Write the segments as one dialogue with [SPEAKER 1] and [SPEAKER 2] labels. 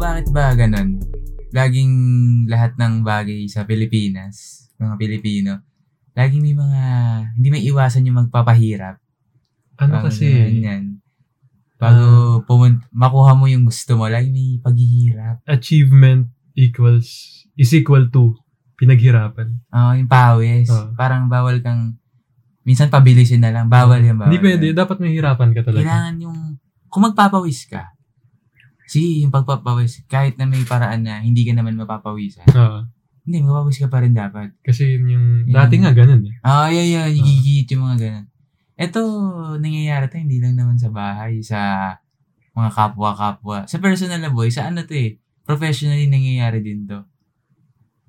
[SPEAKER 1] bakit ba ganun? Laging lahat ng bagay sa Pilipinas, mga Pilipino, laging may mga, hindi may iwasan yung magpapahirap.
[SPEAKER 2] Ano
[SPEAKER 1] Parang
[SPEAKER 2] kasi, Ah.
[SPEAKER 1] ganun yan. Bago pumun- makuha mo yung gusto mo, laging may paghihirap.
[SPEAKER 2] achievement equals, is equal to pinaghirapan.
[SPEAKER 1] Oo, Ah, yung pawis.
[SPEAKER 2] Oo.
[SPEAKER 1] Parang bawal kang, minsan pabilisin na lang. Bawal yan, bawal.
[SPEAKER 2] Hindi pwede,
[SPEAKER 1] yan.
[SPEAKER 2] dapat may hirapan ka talaga.
[SPEAKER 1] Kailangan yung, kung magpapawis ka, sige, yung pagpapawis, kahit na may paraan na hindi ka naman mapapawisan,
[SPEAKER 2] Oo.
[SPEAKER 1] hindi, magpapawis ka pa rin dapat.
[SPEAKER 2] kasi yun yung,
[SPEAKER 1] Yun.
[SPEAKER 2] dati nga ganun eh.
[SPEAKER 1] Ah, yun, yun.
[SPEAKER 2] Ah.
[SPEAKER 1] Gigit yung mga ganun. Ito, nangyayari to, hindi lang naman sa bahay, sa mga kapwa-kapwa. Sa personal na boy, sa ano to eh, professionally nangyayari din to.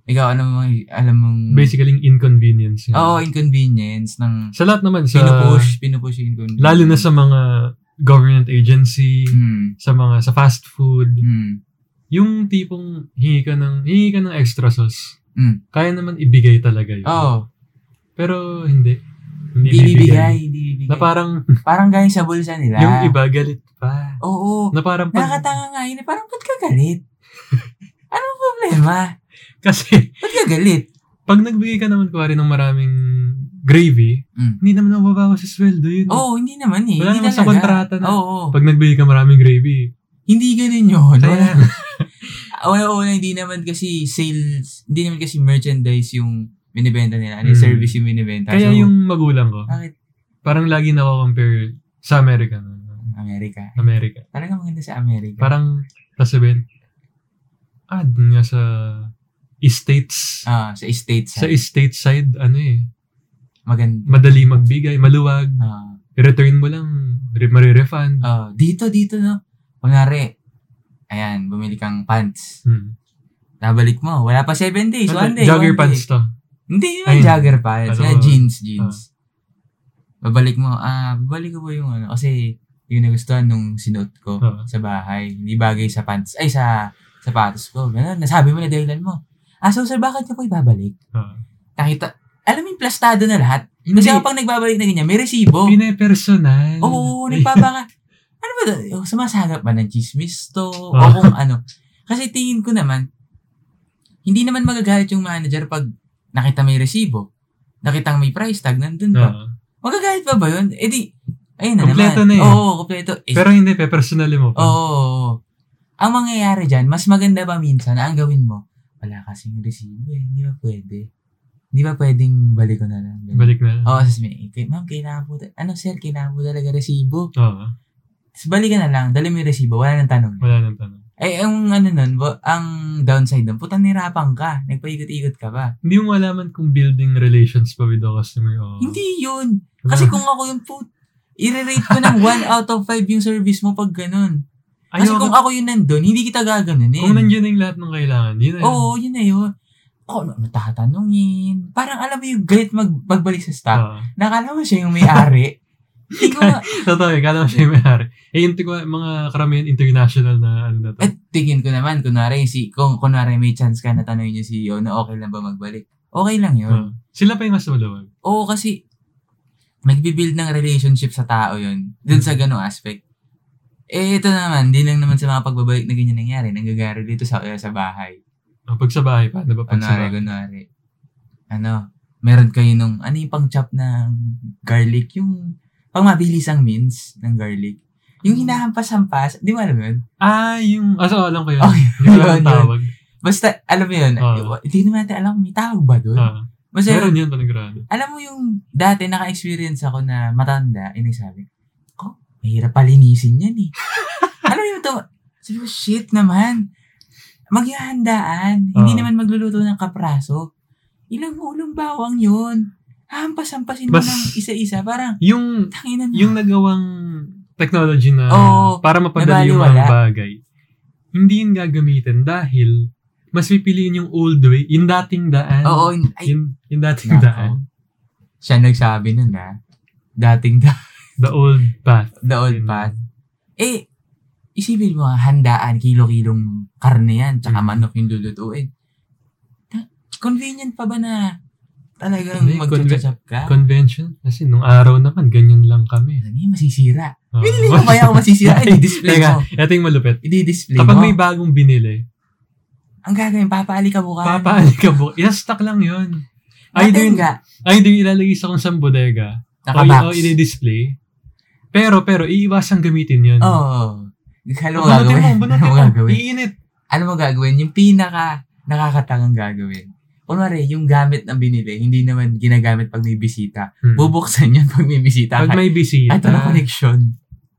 [SPEAKER 1] Ikaw, ano mga, alam mong...
[SPEAKER 2] Basically, yung inconvenience. yun.
[SPEAKER 1] Oo, inconvenience ng...
[SPEAKER 2] Sa lahat naman, sa,
[SPEAKER 1] Pinupush, pinupush yung inconvenience.
[SPEAKER 2] lalo na sa mga government agency,
[SPEAKER 1] Hmm.
[SPEAKER 2] sa mga, sa fast food,
[SPEAKER 1] Hmm.
[SPEAKER 2] yung tipong hingi ka ng, hingi ka ng extra sauce.
[SPEAKER 1] Mm.
[SPEAKER 2] Kaya naman ibigay talaga yun.
[SPEAKER 1] Oo.
[SPEAKER 2] Pero hindi. Hindi
[SPEAKER 1] Hindi bibigay,
[SPEAKER 2] bibigay.
[SPEAKER 1] hindi bibigay.
[SPEAKER 2] Na parang
[SPEAKER 1] parang galing sa bulsa nila.
[SPEAKER 2] yung iba galit pa.
[SPEAKER 1] Oo.
[SPEAKER 2] Na parang pag,
[SPEAKER 1] Nakakatanga nga yun. eh. Parang, ba't ka galit? Anong problema?
[SPEAKER 2] kasi
[SPEAKER 1] Ba't ka galit?
[SPEAKER 2] pag nagbigay ka naman kuwari ng maraming gravy,
[SPEAKER 1] Mm.
[SPEAKER 2] hindi naman nababawa sa sweldo yun.
[SPEAKER 1] Oo, oh, hindi naman eh.
[SPEAKER 2] Wala
[SPEAKER 1] hindi
[SPEAKER 2] naman sa
[SPEAKER 1] talaga.
[SPEAKER 2] kontrata na.
[SPEAKER 1] Oo. oo.
[SPEAKER 2] Pag nagbigay ka maraming gravy,
[SPEAKER 1] Hindi ganun yun. Wala.
[SPEAKER 2] sayang.
[SPEAKER 1] Wala, wala, hindi naman kasi sales, hindi naman kasi merchandise yung binibenta nila. Ano yung
[SPEAKER 2] Mm.
[SPEAKER 1] service yung binibenta.
[SPEAKER 2] Kaya
[SPEAKER 1] So,
[SPEAKER 2] yung magulang ko,
[SPEAKER 1] Bakit?
[SPEAKER 2] parang lagi nako-compare sa America. no?
[SPEAKER 1] Ang Amerika.
[SPEAKER 2] America.
[SPEAKER 1] Talaga maganda sa Amerika.
[SPEAKER 2] Parang sasabihin, ah, dun nga sa states.
[SPEAKER 1] Ah, sa States.
[SPEAKER 2] Sa
[SPEAKER 1] Sa
[SPEAKER 2] states side, ano eh,
[SPEAKER 1] maganda.
[SPEAKER 2] madali magbigay, maluwag.
[SPEAKER 1] Ah,
[SPEAKER 2] return mo lang, re- marirefund.
[SPEAKER 1] ah, dito, dito, no? Kunwari, ayan, bumili kang pants.
[SPEAKER 2] Hmm. Ano
[SPEAKER 1] Nabalik mo. Wala pa 7 days. One day.
[SPEAKER 2] Jogger
[SPEAKER 1] one day.
[SPEAKER 2] pants to.
[SPEAKER 1] Hindi
[SPEAKER 2] Ayun.
[SPEAKER 1] yung jogger pants.
[SPEAKER 2] Ano?
[SPEAKER 1] Ano, jeans, jeans. Babalik mo, ah, babalik ko ba yung ano? Kasi yung nagustuhan nung sinuot ko
[SPEAKER 2] Oo.
[SPEAKER 1] sa bahay. Hindi bagay sa pants, ay sa sapatos ko. Ganun, nasabi mo na dahilan mo. Ah, so sir, bakit niyo po ibabalik?
[SPEAKER 2] Ah.
[SPEAKER 1] Nakita, alam mo yung plastado na lahat.
[SPEAKER 2] Hindi,
[SPEAKER 1] Kasi kapag nagbabalik na ganyan, may resibo.
[SPEAKER 2] pinapersonal.
[SPEAKER 1] Oo,
[SPEAKER 2] Hmm.
[SPEAKER 1] nagpapaka... ano ba, to? Yung sumasagap ba ng chismis to? O
[SPEAKER 2] Ah.
[SPEAKER 1] kung ano. Kasi tingin ko naman, hindi naman magagalit yung manager pag nakita may resibo. Nakitang may price tag, nandun pa.
[SPEAKER 2] Ah.
[SPEAKER 1] Magagalit pa ba yun? Eh di, ayun na
[SPEAKER 2] Kompleto na
[SPEAKER 1] naman.
[SPEAKER 2] yun.
[SPEAKER 1] Oo, kompleto. Eh,
[SPEAKER 2] Pero hindi, pe-personal
[SPEAKER 1] oo,
[SPEAKER 2] mo pa.
[SPEAKER 1] oo, oo. Ang mangyayari dyan, mas maganda ba minsan na ang gawin mo, wala kasing resibo eh, hindi ba pwede? Hindi ba pwedeng balik ko na lang? Ganun.
[SPEAKER 2] Balik na.
[SPEAKER 1] Oo, oh, sasabihin, "Eh, ma'am, kailangan po, ta- ano sir, kailangan po talaga resibo.
[SPEAKER 2] Oo,
[SPEAKER 1] Tapos balikan na lang, dali mo yung resibo, wala nang tanong.
[SPEAKER 2] wala nang tanong.
[SPEAKER 1] Eh, ang ano nun, bo- ang downside nun, putang nirapan ka, nagpaikot-ikot ka ba?
[SPEAKER 2] Hindi mo malaman kung building relations pa with the customer. o
[SPEAKER 1] Hindi yun. Kasi kung ako yung put, i-rate ko ng 1 out of 5 yung service mo pag ganun. Kasi
[SPEAKER 2] Ayoko-
[SPEAKER 1] kung ako yung nandun, hindi kita gaganunin.
[SPEAKER 2] kung nandiyan na yung lahat ng kailangan, yun na yun.
[SPEAKER 1] Oo, yun na yun. Ako, ano, natatanungin. Parang alam mo yung galit mag, magbalik sa staff.
[SPEAKER 2] Oo.
[SPEAKER 1] Nakala mo siya yung may-ari. Hindi ko ma-
[SPEAKER 2] Totoo, eh, kala mo siya yung may-ari. Eh, yung tigo- mga karamihan international na ano na to.
[SPEAKER 1] At tingin ko naman, kunwari, si, kung kunwari may chance ka na tanongin yung CEO na okay lang ba magbalik. Okay lang yun.
[SPEAKER 2] Oo. sila pa yung mas maluwag.
[SPEAKER 1] Oo, kasi nagbibuild ng relationship sa tao yun. Dun
[SPEAKER 2] Mm.
[SPEAKER 1] sa ganong aspect. Eh, ito naman, di lang naman sa mga pagbabalik na ganyan nangyari. Nanggagari dito sa, eh, sa bahay.
[SPEAKER 2] Ah, Pag sa bahay pa, diba? Pag sa
[SPEAKER 1] Kunwari,
[SPEAKER 2] bahay.
[SPEAKER 1] kunwari. Ano, meron kayo nung, ano yung pang-chop ng garlic? Yung pang mabilis ang mince ng garlic. Yung
[SPEAKER 2] Mm.
[SPEAKER 1] hinahampas-hampas, di mo alam yun?
[SPEAKER 2] Ah, yung... Ah, so, alam ko yun.
[SPEAKER 1] Oh,
[SPEAKER 2] Hindi ko alam
[SPEAKER 1] yun,
[SPEAKER 2] ang
[SPEAKER 1] yun.
[SPEAKER 2] tawag.
[SPEAKER 1] Basta, alam mo yun,
[SPEAKER 2] Oo.
[SPEAKER 1] hindi naman natin alam kung may tawag ba doon.
[SPEAKER 2] Ah,
[SPEAKER 1] Basta yun,
[SPEAKER 2] meron yun, panigrado.
[SPEAKER 1] alam mo yung dati naka-experience ako na matanda, eh nagsabi, oh, mahirap palinisin yan eh. alam mo yung to, sabi ko, shit naman. Maghihandaan. Hindi
[SPEAKER 2] Oo.
[SPEAKER 1] naman magluluto ng kapraso. Ilang ulong bawang yun. Hampas-hampasin mo
[SPEAKER 2] Mas-
[SPEAKER 1] ng isa-isa. Parang,
[SPEAKER 2] Yung
[SPEAKER 1] tanginan
[SPEAKER 2] yung nagawang technology na
[SPEAKER 1] Oo,
[SPEAKER 2] para mapadali yung
[SPEAKER 1] nabaliwala.
[SPEAKER 2] mga bagay, hindi yun gagamitin dahil mas pipiliin yung old way, yung dating daan.
[SPEAKER 1] Oo, yun- ay,
[SPEAKER 2] Yung, yung dating
[SPEAKER 1] nako.
[SPEAKER 2] daan.
[SPEAKER 1] Siya nagsabi nun na, dating da,
[SPEAKER 2] The old path.
[SPEAKER 1] the old
[SPEAKER 2] Yun.
[SPEAKER 1] path. Eh, isipin mo, ah, handaan, kilo-kilong karne yan, tsaka
[SPEAKER 2] Mm.
[SPEAKER 1] manok yung lulutuin. Ta- Convenient pa ba na Talagang
[SPEAKER 2] Hindi,
[SPEAKER 1] magchachap ka.
[SPEAKER 2] Convention? Kasi nung araw naman, ganyan lang kami.
[SPEAKER 1] Alam niyo, masisira.
[SPEAKER 2] Oo.
[SPEAKER 1] Binili ko ba ako masisira? I-display
[SPEAKER 2] Oh. Teka,
[SPEAKER 1] mo.
[SPEAKER 2] Ito yung malupit.
[SPEAKER 1] I-display
[SPEAKER 2] Kapag
[SPEAKER 1] mo.
[SPEAKER 2] may bagong binili,
[SPEAKER 1] Ang gagawin, papaali ka bukas.
[SPEAKER 2] papaali ka bu- Ina-stock lang yun. oh, Either,
[SPEAKER 1] Matingga.
[SPEAKER 2] either ilalagay sa kung saan bodega, o, i-
[SPEAKER 1] Nakabox.
[SPEAKER 2] o i-display. Pero, pero, iiwasang gamitin yun.
[SPEAKER 1] Oo. Oh, Ano mo
[SPEAKER 2] Bunutin
[SPEAKER 1] gagawin?
[SPEAKER 2] mo, bunutin
[SPEAKER 1] Ano mo
[SPEAKER 2] mo.
[SPEAKER 1] gagawin?
[SPEAKER 2] Iinit.
[SPEAKER 1] Ano mo gagawin? Yung pinaka nakakatangang gagawin. Kunwari, yung gamit na binili, hindi naman ginagamit pag may bisita.
[SPEAKER 2] Hmm.
[SPEAKER 1] Bubuksan yan pag may bisita.
[SPEAKER 2] Pag
[SPEAKER 1] Pag
[SPEAKER 2] may bisita,
[SPEAKER 1] Ito na connection.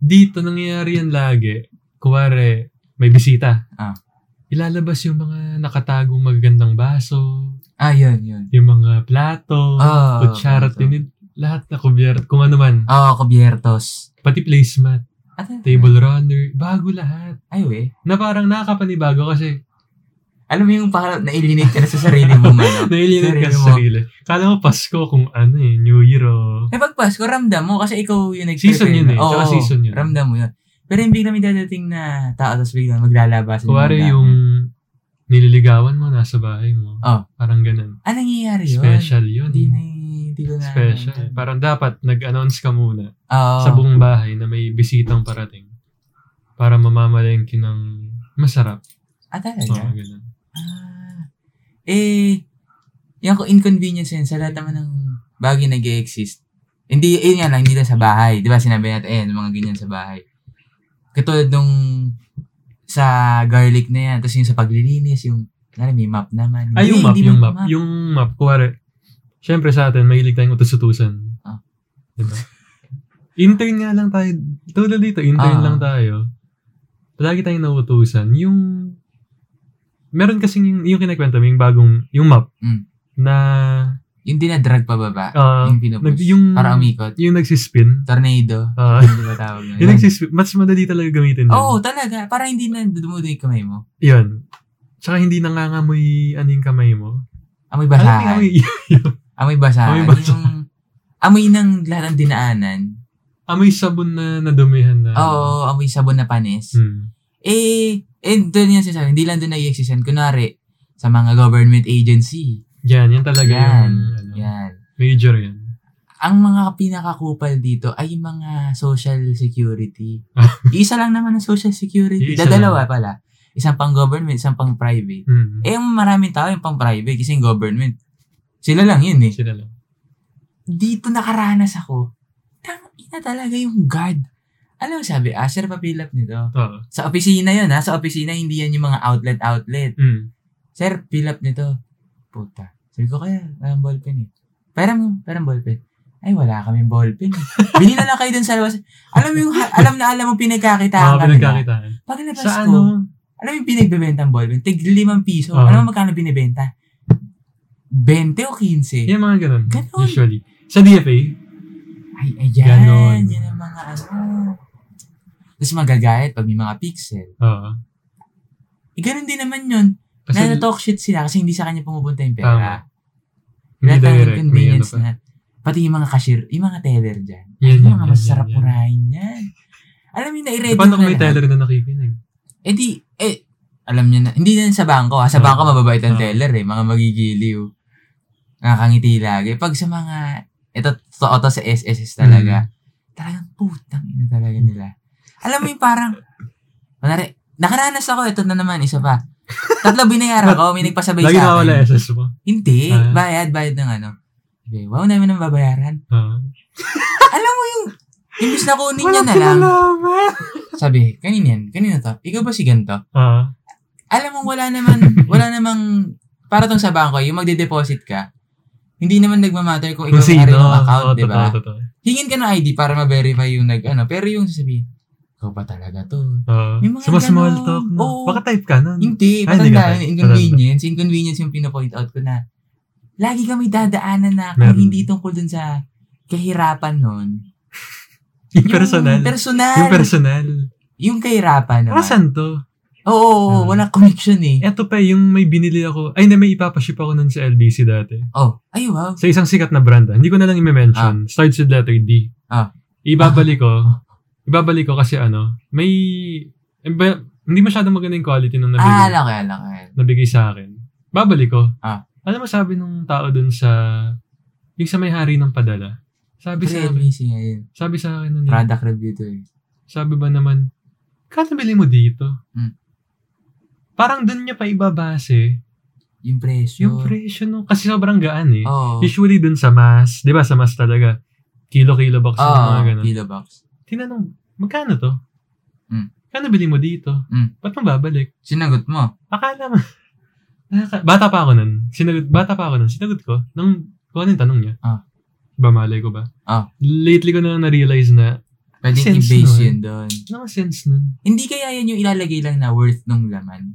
[SPEAKER 2] dito nangyayari yan lagi. Kuwari, may bisita.
[SPEAKER 1] Ah.
[SPEAKER 2] Ilalabas yung mga nakatagong magagandang baso,
[SPEAKER 1] Ah, yun, yun.
[SPEAKER 2] yung mga plato,
[SPEAKER 1] Oh,
[SPEAKER 2] kutsara, tinid, lahat na kubyerto, kung ano man.
[SPEAKER 1] Oo, oh, kubiertos.
[SPEAKER 2] Pati placemat,
[SPEAKER 1] At,
[SPEAKER 2] table runner, bago lahat.
[SPEAKER 1] Ay, we.
[SPEAKER 2] Na parang nakakapanibago kasi
[SPEAKER 1] Alam mo yung parang nailinate ka na sa sarili mong ano.
[SPEAKER 2] nailinit ka
[SPEAKER 1] Sarili
[SPEAKER 2] sa
[SPEAKER 1] mo.
[SPEAKER 2] sarili. Kala mo Pasko kung ano eh, New Year o...
[SPEAKER 1] Eh, pag Pasko, ramdam mo kasi ikaw yung nag
[SPEAKER 2] Season yun eh. Tsaka season yun.
[SPEAKER 1] Ramdam mo yun. Pero yung bigla may dadating na tao, tapos bigla maglalabasan.
[SPEAKER 2] Kuwari
[SPEAKER 1] gamit.
[SPEAKER 2] yung nililigawan mo nasa bahay mo.
[SPEAKER 1] Oh.
[SPEAKER 2] Parang ganun.
[SPEAKER 1] Ah, nangyayari yun.
[SPEAKER 2] Special yun.
[SPEAKER 1] Hindi na, hindi ko na.
[SPEAKER 2] Special. Parang dapat nag-announce ka muna
[SPEAKER 1] Oo.
[SPEAKER 2] sa buong bahay na may bisitang parating para mamamalengke ng masarap.
[SPEAKER 1] Ah,
[SPEAKER 2] Oo,
[SPEAKER 1] talaga?
[SPEAKER 2] ganun.
[SPEAKER 1] Ah. Eh, yung ko- inconvenience yun sa lahat naman ng bagay nag exist Hindi, eh nga lang, hindi lang sa bahay. Di ba sinabi natin, eh, mga ganyan sa bahay. Katulad nung sa garlic na yan, tapos yung sa paglilinis, yung, alam, may map naman.
[SPEAKER 2] Ay,
[SPEAKER 1] Hindi,
[SPEAKER 2] yung map,
[SPEAKER 1] hindi
[SPEAKER 2] yung
[SPEAKER 1] may
[SPEAKER 2] map. Yung map, kuwari, syempre sa atin, mahilig tayong utos-utusan.
[SPEAKER 1] Ah.
[SPEAKER 2] Diba? Intern nga lang tayo. Tulad dito,
[SPEAKER 1] Ah.
[SPEAKER 2] intern lang tayo. Palagi tayong nautusan. Yung, meron kasing yung, yung kinakwento mo, yung bagong, yung map,
[SPEAKER 1] Mm.
[SPEAKER 2] na,
[SPEAKER 1] Yung dinadrag pa baba,
[SPEAKER 2] ah,
[SPEAKER 1] yung pinupus,
[SPEAKER 2] nag- yung-
[SPEAKER 1] para umikot.
[SPEAKER 2] yung nagsispin.
[SPEAKER 1] Tornado,
[SPEAKER 2] Ah,
[SPEAKER 1] hindi ba tawag na
[SPEAKER 2] yung
[SPEAKER 1] yun?
[SPEAKER 2] nagsispin, mas madali talaga gamitin yun.
[SPEAKER 1] Oo, oh, talaga. Para hindi na dumudoy yung kamay mo.
[SPEAKER 2] Yun. Tsaka hindi nangangamoy ano yung kamay mo.
[SPEAKER 1] Amoy
[SPEAKER 2] Alam
[SPEAKER 1] basahan.
[SPEAKER 2] mo yung amoy,
[SPEAKER 1] Amoy basahan.
[SPEAKER 2] Amoy basahan.
[SPEAKER 1] Yung amoy ng lahat ng dinaanan.
[SPEAKER 2] amoy sabon na nadumihan na. ano?
[SPEAKER 1] Oo, amoy sabon na panis.
[SPEAKER 2] Hmm.
[SPEAKER 1] Eh, eh, doon yan sinasabi. Hindi lang doon nag-exist yan. Kunwari, sa mga government agency.
[SPEAKER 2] Yan, yan talaga
[SPEAKER 1] Yan.
[SPEAKER 2] yung ano,
[SPEAKER 1] Yan.
[SPEAKER 2] major yan.
[SPEAKER 1] Ang mga pinakakupal dito ay yung mga social security. Isa lang naman ang social security.
[SPEAKER 2] Ah. Isa
[SPEAKER 1] Dadalawa pala. Isang pang government, isang pang private.
[SPEAKER 2] Hmm.
[SPEAKER 1] Eh, ang maraming tao yung pang private kasi yung government. Sila lang yun eh.
[SPEAKER 2] Sila lang.
[SPEAKER 1] dito nakaranas ako, tang ina talaga yung guard. Alam mo sabi, ah, sir, papilap nito.
[SPEAKER 2] Oo.
[SPEAKER 1] Sa opisina yun, ha? Sa opisina, hindi yan yung mga outlet-outlet.
[SPEAKER 2] Hmm.
[SPEAKER 1] Sir, pilap nito. Puta. Sabi ko, kaya, walang ballpen eh. Parang, mo, parang ballpen. Ay, wala kaming ballpen eh. Bili na lang kayo dun sa labas. Alam mo yung, ha- alam na alam mo pinagkakitaan
[SPEAKER 2] Mga
[SPEAKER 1] kami. na.
[SPEAKER 2] pinagkakitaan.
[SPEAKER 1] Paglabas
[SPEAKER 2] Sa
[SPEAKER 1] ko,
[SPEAKER 2] ano? Ah.
[SPEAKER 1] alam mo yung pinagbebenta ang ballpen? Tig limang piso.
[SPEAKER 2] Oo.
[SPEAKER 1] Alam mo magkano binibenta? 20 o 15?
[SPEAKER 2] Yan mga ganun.
[SPEAKER 1] Ganun.
[SPEAKER 2] Usually. Sa DFA,
[SPEAKER 1] Ay, ayan.
[SPEAKER 2] Ganon.
[SPEAKER 1] Yan ang mga ano. Tapos magagayat pag may mga pixel.
[SPEAKER 2] oo.
[SPEAKER 1] Eh, ganun din naman yun.
[SPEAKER 2] Kasi
[SPEAKER 1] Nalatalk shit sila kasi hindi sa kanya pumupunta yung
[SPEAKER 2] Tama.
[SPEAKER 1] pera.
[SPEAKER 2] hindi
[SPEAKER 1] Lahat ng
[SPEAKER 2] direct. May ano
[SPEAKER 1] convenience
[SPEAKER 2] pa.
[SPEAKER 1] na. Pati yung mga cashier, yung mga teller dyan.
[SPEAKER 2] Yan,
[SPEAKER 1] Yung
[SPEAKER 2] yan,
[SPEAKER 1] mga
[SPEAKER 2] yan,
[SPEAKER 1] masarap
[SPEAKER 2] yan, yan.
[SPEAKER 1] murahin yan. Alam mo, nai-ready
[SPEAKER 2] Paano kung may
[SPEAKER 1] lahat.
[SPEAKER 2] teller na nakikinig?
[SPEAKER 1] Eh di, eh, alam niya na. Hindi na sa bangko. Ha? Sa
[SPEAKER 2] Oo.
[SPEAKER 1] bangko mababait ang
[SPEAKER 2] Oo.
[SPEAKER 1] teller eh. Mga magigiliw. Nakakangiti lagi. Pag sa mga, ito, totoo to sa SSS talaga.
[SPEAKER 2] Mm.
[SPEAKER 1] Talagang putang ina talaga nila. Alam mo yung parang, kunwari, nakaranas ako, ito na naman, isa pa. Tatlo binayaran ko, may nagpasabay
[SPEAKER 2] Lagi
[SPEAKER 1] sa
[SPEAKER 2] nakawala
[SPEAKER 1] akin.
[SPEAKER 2] SS mo.
[SPEAKER 1] Hindi,
[SPEAKER 2] Ah.
[SPEAKER 1] bayad, bayad ng ano. Sabi, wow, namin ang babayaran.
[SPEAKER 2] Oo.
[SPEAKER 1] Alam mo yung, imbis na kunin niya na lang.
[SPEAKER 2] kinalaman.
[SPEAKER 1] Sabi, kanina yan, kanina to. Ikaw ba si ganito?
[SPEAKER 2] Oo.
[SPEAKER 1] alam mo, wala naman, wala namang, para tong sa bangko, yung magde-deposit ka, hindi naman nagmamatter kung ikaw
[SPEAKER 2] Kung
[SPEAKER 1] may
[SPEAKER 2] sino.
[SPEAKER 1] ari ng account,
[SPEAKER 2] Oo,
[SPEAKER 1] di ba?
[SPEAKER 2] Totoo, totoo.
[SPEAKER 1] Hingin ka ng ID para ma-verify yung nag, ano, pero yung sasabihin, ikaw ba talaga to?
[SPEAKER 2] Oo.
[SPEAKER 1] May mga
[SPEAKER 2] Sumasmall
[SPEAKER 1] ganun.
[SPEAKER 2] talk na.
[SPEAKER 1] Oo.
[SPEAKER 2] Baka type ka nun.
[SPEAKER 1] Hindi,
[SPEAKER 2] Ay, hindi
[SPEAKER 1] patanda,
[SPEAKER 2] ka pa.
[SPEAKER 1] inconvenience, inconvenience yung pinapoint out ko na, lagi kami dadaanan na kung
[SPEAKER 2] Meron.
[SPEAKER 1] hindi tungkol dun sa kahirapan nun.
[SPEAKER 2] Yung personal.
[SPEAKER 1] personal.
[SPEAKER 2] Yung personal.
[SPEAKER 1] Yung kahirapan naman.
[SPEAKER 2] Asan to?
[SPEAKER 1] Oo, oo, oo,
[SPEAKER 2] Ah.
[SPEAKER 1] wala connection eh.
[SPEAKER 2] Eto pa, yung may binili ako, ay na may ipapaship ako nun sa LBC dati.
[SPEAKER 1] Oh, ay wow.
[SPEAKER 2] Sa isang sikat na brand, ah. hindi ko na lang i-mention. Starts with letter D.
[SPEAKER 1] Ah.
[SPEAKER 2] Ibabalik ko, ibabalik ko kasi ano, may, eh, ba- hindi masyadong maganda yung quality nung
[SPEAKER 1] Ah, alam
[SPEAKER 2] nabigay,
[SPEAKER 1] ko, alam ko. alam ko.
[SPEAKER 2] nabigay sa akin. Babalik ko.
[SPEAKER 1] Ah.
[SPEAKER 2] Alam mo sabi nung tao dun sa Yung sa may hari ng padala.
[SPEAKER 1] Pre,
[SPEAKER 2] Sabi sa amin,
[SPEAKER 1] amazing nga yun.
[SPEAKER 2] sabi sa akin nun, eh,
[SPEAKER 1] Product review to eh.
[SPEAKER 2] sabi ba naman, katabili mo dito.
[SPEAKER 1] Mm.
[SPEAKER 2] Parang dun niya pa ibabase
[SPEAKER 1] Yung presyo.
[SPEAKER 2] yung presyo nung, kasi sobrang gaan eh.
[SPEAKER 1] Oo.
[SPEAKER 2] Usually dun sa mas, di ba sa mas talaga, kilo-kilo box
[SPEAKER 1] Oo,
[SPEAKER 2] yung mga ganun.
[SPEAKER 1] Ah, kilo box.
[SPEAKER 2] Tinanong, magkano to?
[SPEAKER 1] Mm.
[SPEAKER 2] Kano bili mo dito?
[SPEAKER 1] Mm.
[SPEAKER 2] Ba't mo babalik?
[SPEAKER 1] Sinagot mo.
[SPEAKER 2] Akala mo. Nakaka- bata pa ako nun. Sinagot, bata pa ako nun. Sinagot ko. Nung, kung ano yung tanong niya.
[SPEAKER 1] Ah.
[SPEAKER 2] Ba, malay ko ba?
[SPEAKER 1] Ah.
[SPEAKER 2] Lately ko na lang na-realize na,
[SPEAKER 1] Pwedeng
[SPEAKER 2] Sense
[SPEAKER 1] i-base
[SPEAKER 2] nun.
[SPEAKER 1] yun doon.
[SPEAKER 2] ano ang sense nun?
[SPEAKER 1] Hindi kaya yan yung ilalagay lang na worth nung laman.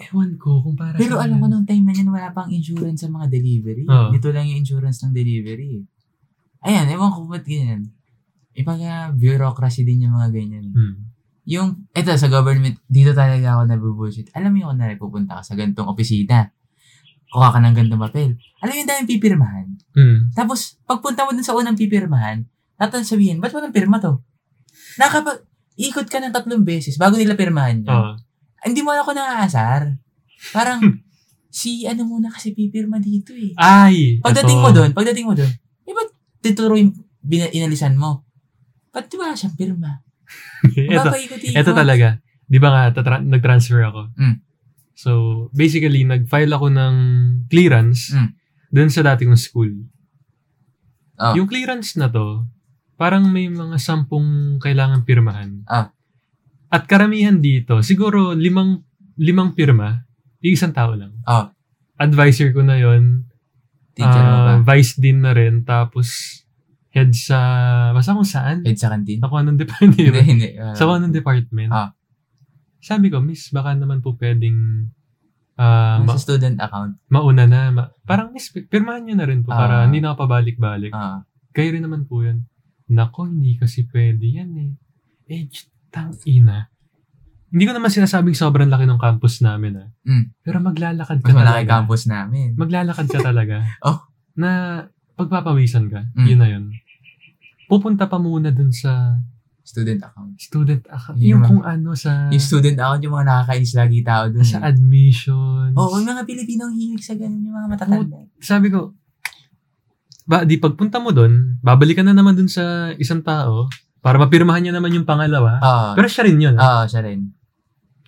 [SPEAKER 2] Ewan ko kung para
[SPEAKER 1] Pero
[SPEAKER 2] saan
[SPEAKER 1] alam ko
[SPEAKER 2] yun.
[SPEAKER 1] nung time na yan, wala pang insurance sa mga delivery.
[SPEAKER 2] Oo.
[SPEAKER 1] Dito lang yung insurance ng delivery. Ayan, ewan ko ba't ganyan. Ipaga bureaucracy din yung mga ganyan. eh.
[SPEAKER 2] Hmm.
[SPEAKER 1] Yung, eto sa government, dito talaga ako nabubullshit. Alam mo yung kunwari pupunta ka sa gantong opisina. Kuha ka ng gantong papel. Alam mo yung daming pipirmahan.
[SPEAKER 2] Hmm.
[SPEAKER 1] Tapos, pagpunta mo dun sa unang pipirmahan, tatang sabihin, ba't walang pirma to? Nakapag, ikot ka ng tatlong beses bago nila pirmahan yun.
[SPEAKER 2] Ah.
[SPEAKER 1] Hindi mo ako naaasar.
[SPEAKER 2] Hmm.
[SPEAKER 1] Parang, si ano muna kasi pipirma dito eh.
[SPEAKER 2] Ay!
[SPEAKER 1] Pagdating
[SPEAKER 2] eto.
[SPEAKER 1] mo doon, pagdating mo doon, eh ba't tituro yung bina- inalisan mo? Ba't di ba siyang pirma?
[SPEAKER 2] eto,
[SPEAKER 1] Papaikot-ikot.
[SPEAKER 2] eto talaga. Di ba nga, tatra- nag-transfer ako.
[SPEAKER 1] Hmm.
[SPEAKER 2] So, basically, nag-file ako ng clearance
[SPEAKER 1] Hmm.
[SPEAKER 2] dun sa dati kong school.
[SPEAKER 1] Ah.
[SPEAKER 2] Yung clearance na to, parang may mga sampung kailangan pirmahan.
[SPEAKER 1] Ah.
[SPEAKER 2] At karamihan dito, siguro limang limang pirma, yung isang tao lang.
[SPEAKER 1] Ah.
[SPEAKER 2] Advisor ko na yon
[SPEAKER 1] Teacher mo ba?
[SPEAKER 2] ah, vice dean na rin, tapos head sa, basta kung saan.
[SPEAKER 1] Head sa kantin?
[SPEAKER 2] Ako anong depende
[SPEAKER 1] Hindi,
[SPEAKER 2] yun.
[SPEAKER 1] hindi. Ah,
[SPEAKER 2] Sa anong department.
[SPEAKER 1] Ah.
[SPEAKER 2] Sabi ko, miss, baka naman po pwedeng ah, ma-
[SPEAKER 1] Sa student account.
[SPEAKER 2] mauna na. Ma- parang miss, pirmahan nyo na rin po
[SPEAKER 1] Ah.
[SPEAKER 2] para hindi na ako pabalik-balik.
[SPEAKER 1] Ah.
[SPEAKER 2] Kayo rin naman po yun. Nako, hindi kasi pwede yan eh. Eh, tang ina. Hindi ko naman sinasabing sobrang laki ng campus namin ah.
[SPEAKER 1] Mm.
[SPEAKER 2] Pero maglalakad ka
[SPEAKER 1] Mas malaki
[SPEAKER 2] talaga.
[SPEAKER 1] campus namin.
[SPEAKER 2] Maglalakad ka talaga.
[SPEAKER 1] Oh.
[SPEAKER 2] Na pagpapawisan ka,
[SPEAKER 1] Mm.
[SPEAKER 2] yun na yun. Pupunta pa muna dun sa
[SPEAKER 1] student account.
[SPEAKER 2] student account.
[SPEAKER 1] Yun
[SPEAKER 2] Yung
[SPEAKER 1] naman.
[SPEAKER 2] kung ano sa
[SPEAKER 1] Yung student account, yung mga nakakainis lagi tao dun.
[SPEAKER 2] sa
[SPEAKER 1] eh.
[SPEAKER 2] admissions.
[SPEAKER 1] Oo, yung mga Pilipinong hilig sa ganun, yung mga matatanda.
[SPEAKER 2] Sabi ko, ba, di pagpunta mo dun, babalikan na naman dun sa isang tao para mapirmahan niya naman yung pangalawa.
[SPEAKER 1] Oo,
[SPEAKER 2] Pero siya rin yun.
[SPEAKER 1] oo,
[SPEAKER 2] ah.
[SPEAKER 1] siya rin.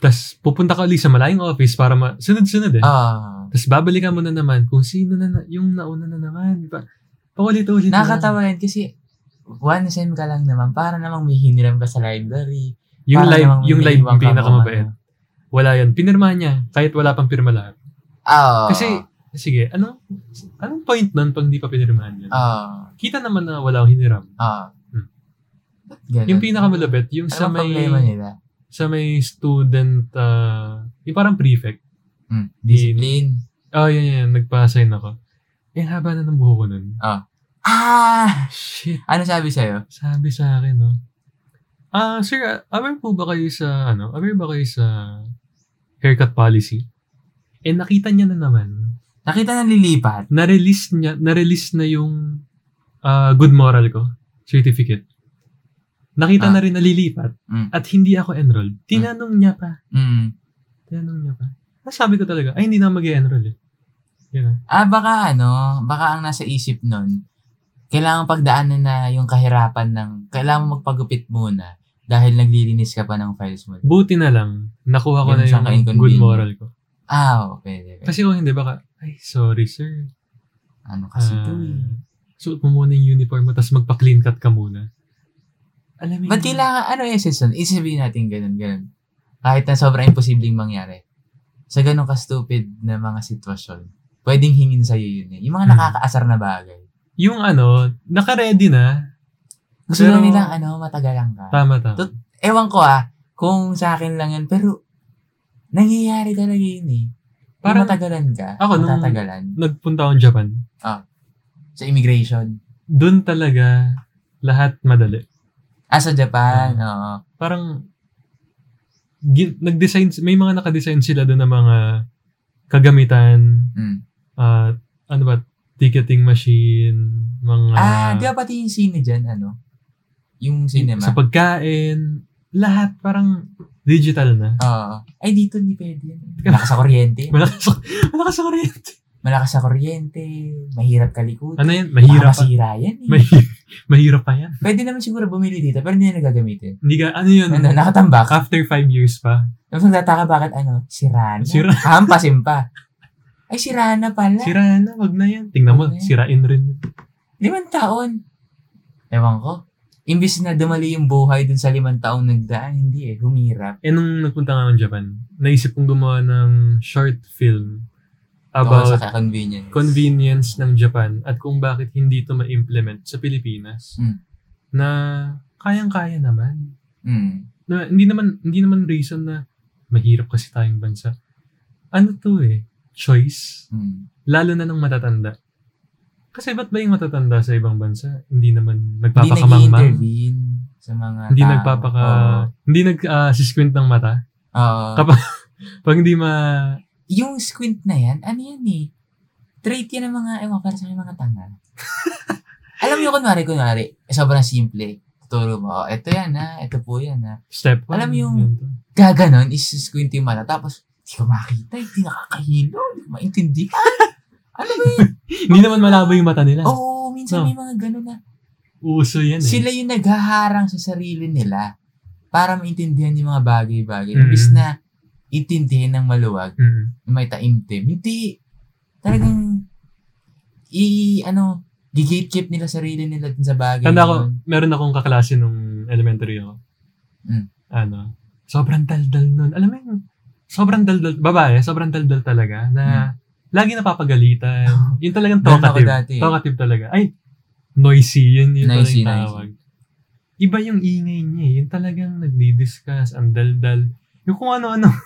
[SPEAKER 2] Tapos pupunta ka ulit sa malayong office para ma- sunod-sunod
[SPEAKER 1] Ah.
[SPEAKER 2] eh.
[SPEAKER 1] Oo.
[SPEAKER 2] Tapos babalikan mo na naman kung sino na, na- yung nauna na naman. Pa, paulit-ulit na.
[SPEAKER 1] Nakakatawa yan kasi one time ka lang naman, para namang may hiniram ka sa library.
[SPEAKER 2] Yung
[SPEAKER 1] para
[SPEAKER 2] live,
[SPEAKER 1] namang may
[SPEAKER 2] yung live
[SPEAKER 1] naiwan
[SPEAKER 2] yung
[SPEAKER 1] ka
[SPEAKER 2] pinakamabait.
[SPEAKER 1] kung ano.
[SPEAKER 2] Wala yan. Pinirmahan niya. Kahit wala pang pirma lahat.
[SPEAKER 1] Oo.
[SPEAKER 2] Kasi, sige, ano, anong point nun pag di pa pinirmahan yan?
[SPEAKER 1] Oo.
[SPEAKER 2] Kita naman na wala akong hiniram.
[SPEAKER 1] Oo.
[SPEAKER 2] Hmm.
[SPEAKER 1] ah. Ganun.
[SPEAKER 2] Yung pinakamalabit, yung
[SPEAKER 1] Ano
[SPEAKER 2] sa
[SPEAKER 1] ang
[SPEAKER 2] may,
[SPEAKER 1] problema nila?
[SPEAKER 2] sa may student, ah, yung parang prefect.
[SPEAKER 1] Hmm. Discipline.
[SPEAKER 2] Oh, yan, yan, yan. Nagpa-sign ako. Eh, haba na ng buho ko nun.
[SPEAKER 1] Ah!
[SPEAKER 2] Shit.
[SPEAKER 1] Ano sabi sa'yo?
[SPEAKER 2] Sabi sa akin, no? Ah, sir, a- aware po ba kayo sa, ano, aware ba kayo sa haircut policy? Eh, nakita niya na naman.
[SPEAKER 1] Nakita na lilipat.
[SPEAKER 2] Na-release niya, na-release na yung ah, good moral ko, certificate. Nakita
[SPEAKER 1] Ah.
[SPEAKER 2] na rin nalilipat
[SPEAKER 1] Mm.
[SPEAKER 2] at hindi ako enrolled. Tinanong niya pa.
[SPEAKER 1] Mm.
[SPEAKER 2] Tinanong niya pa. Tapos sabi ko talaga, ay, hindi na mag enroll eh. Yun na.
[SPEAKER 1] Ah, baka ano, baka ang nasa isip nun, kailangan pagdaanan na yung kahirapan ng, kailangan mo magpagupit muna dahil naglilinis ka pa ng files mo.
[SPEAKER 2] Buti na lang, nakuha ko
[SPEAKER 1] Yun
[SPEAKER 2] na
[SPEAKER 1] sa akin,
[SPEAKER 2] yung good
[SPEAKER 1] convenient.
[SPEAKER 2] moral ko.
[SPEAKER 1] Ah, oo, pwede. pwede.
[SPEAKER 2] Kasi kung hindi, baka, ay, sorry sir,
[SPEAKER 1] ano kasi
[SPEAKER 2] Ah,
[SPEAKER 1] to eh.
[SPEAKER 2] Suot mo muna yung uniform mo, tapos magpa-clean cut ka muna. Alam mo
[SPEAKER 1] Ba't
[SPEAKER 2] yun?
[SPEAKER 1] kailangan, ano essence nun? Isabihin natin ganun, ganun. Kahit na sobrang imposibleng mangyari. Sa ganun ka-stupid na mga sitwasyon, pwedeng hingin sa'yo yun eh. Yung mga
[SPEAKER 2] Hmm.
[SPEAKER 1] nakakaasar na bagay.
[SPEAKER 2] Yung ano, naka-ready na.
[SPEAKER 1] Gusto
[SPEAKER 2] Pero-
[SPEAKER 1] lang nilang, ano, matagalan ka.
[SPEAKER 2] Tama, tama.
[SPEAKER 1] Tot- Ewan ko ah, kung sa akin lang yan, pero nangyayari talaga yun eh. Para
[SPEAKER 2] Parang-
[SPEAKER 1] matagalan ka,
[SPEAKER 2] Ako, nung-
[SPEAKER 1] matatagalan.
[SPEAKER 2] Nagpunta akong Japan.
[SPEAKER 1] Sa immigration.
[SPEAKER 2] Doon talaga, lahat madali.
[SPEAKER 1] Ah, sa Japan, oo.
[SPEAKER 2] Parang, gi- nag-design, may mga nakadesign sila doon ng mga kagamitan,
[SPEAKER 1] Mm.
[SPEAKER 2] ah, ano ba, ticketing machine, mga
[SPEAKER 1] ah, di ba pati yung sine dyan, ano? Yung cinema.
[SPEAKER 2] sa pagkain, lahat parang digital na.
[SPEAKER 1] Oo. Ay, dito hindi pwede yan. Wala ka sa kuryente.
[SPEAKER 2] Malakas, malakas ang rent.
[SPEAKER 1] malakas sa kuryente, mahirap kalikutin.
[SPEAKER 2] Ano yan?
[SPEAKER 1] Mahirap
[SPEAKER 2] Mahirap
[SPEAKER 1] Baka
[SPEAKER 2] pa.
[SPEAKER 1] masira yan eh.
[SPEAKER 2] Mahi- mahirap pa yan.
[SPEAKER 1] Pwede naman siguro bumili dito, pero hindi na nagagamitin.
[SPEAKER 2] Hindi ka, ano yun?
[SPEAKER 1] Ano, nakatambak.
[SPEAKER 2] After five years pa.
[SPEAKER 1] Tapos nagtataka bakit ano, sira na.
[SPEAKER 2] Sira.
[SPEAKER 1] Hampasin pa. Ay, sira na pala.
[SPEAKER 2] Sira na, wag na yan. Tingnan mo,
[SPEAKER 1] Wag na yan.
[SPEAKER 2] sirain rin.
[SPEAKER 1] Limang taon. Ewan ko. Imbis na dumali yung buhay dun sa limang taon nagdaan, hindi eh. Humirap.
[SPEAKER 2] Eh, nung nagpunta nga ng Japan, naisip kong gumawa ng short film
[SPEAKER 1] About
[SPEAKER 2] about
[SPEAKER 1] sa convenience.
[SPEAKER 2] convenience ng Japan at kung bakit hindi ito ma-implement sa Pilipinas
[SPEAKER 1] Mm.
[SPEAKER 2] na kayang-kaya naman.
[SPEAKER 1] Mm.
[SPEAKER 2] Na, hindi naman hindi naman reason na mahirap kasi tayong bansa. Ano to eh? Choice.
[SPEAKER 1] Mm.
[SPEAKER 2] Lalo na ng matatanda. Kasi ba't ba yung matatanda sa ibang bansa? Hindi
[SPEAKER 1] Hindi
[SPEAKER 2] naman nagpapakamangmang.
[SPEAKER 1] nag-intervene sa mga
[SPEAKER 2] Hindi
[SPEAKER 1] tao.
[SPEAKER 2] nagpapaka...
[SPEAKER 1] Oo.
[SPEAKER 2] Hindi nag-sisquint ng mata.
[SPEAKER 1] Oo.
[SPEAKER 2] Kap- Pag hindi ma...
[SPEAKER 1] yung squint na yan, ano yan eh? Trait yan ng mga, ewan, para sa mga tanga. Alam mo yung kunwari, kunwari, eh, sobrang simple. Tuturo mo, oh, eto yan ha, eto po yan ha.
[SPEAKER 2] Step one.
[SPEAKER 1] Alam mo yung-
[SPEAKER 2] yun to.
[SPEAKER 1] Gaganon, is squint yung mata. Tapos, hindi ko makita, hindi nakakahilo, hindi ko maintindihan. ano ba yun?
[SPEAKER 2] Hindi naman malabo yung mata nila.
[SPEAKER 1] Oo, minsan
[SPEAKER 2] No. Ano?
[SPEAKER 1] may mga ganon na.
[SPEAKER 2] Uso yan eh.
[SPEAKER 1] Oh. Sila yung naghaharang sa sarili nila para maintindihan yung mga bagay-bagay.
[SPEAKER 2] Mm.
[SPEAKER 1] Imbis na intindihin ng maluwag,
[SPEAKER 2] Mm.
[SPEAKER 1] may taimtim. Hindi. Talagang, i, ano, gigatekeep nila sarili nila dun sa bagay.
[SPEAKER 2] Tanda ko,
[SPEAKER 1] Yun.
[SPEAKER 2] meron akong kaklase nung elementary ako.
[SPEAKER 1] Mm.
[SPEAKER 2] Ano, sobrang daldal nun. Alam mo yung, sobrang daldal, babae, sobrang daldal talaga na lagi napapagalitan.
[SPEAKER 1] Oh,
[SPEAKER 2] Yun talagang
[SPEAKER 1] ganun Mm. ako
[SPEAKER 2] talkative.
[SPEAKER 1] dati. eh.
[SPEAKER 2] Talkative talaga. Ay, noisy yun. Yun pala
[SPEAKER 1] Noisy,
[SPEAKER 2] yung
[SPEAKER 1] noisy.
[SPEAKER 2] tawag. Iba yung ingay niya. eh. Yun talagang nagdi-discuss, ang daldal. Yung kung ano-ano.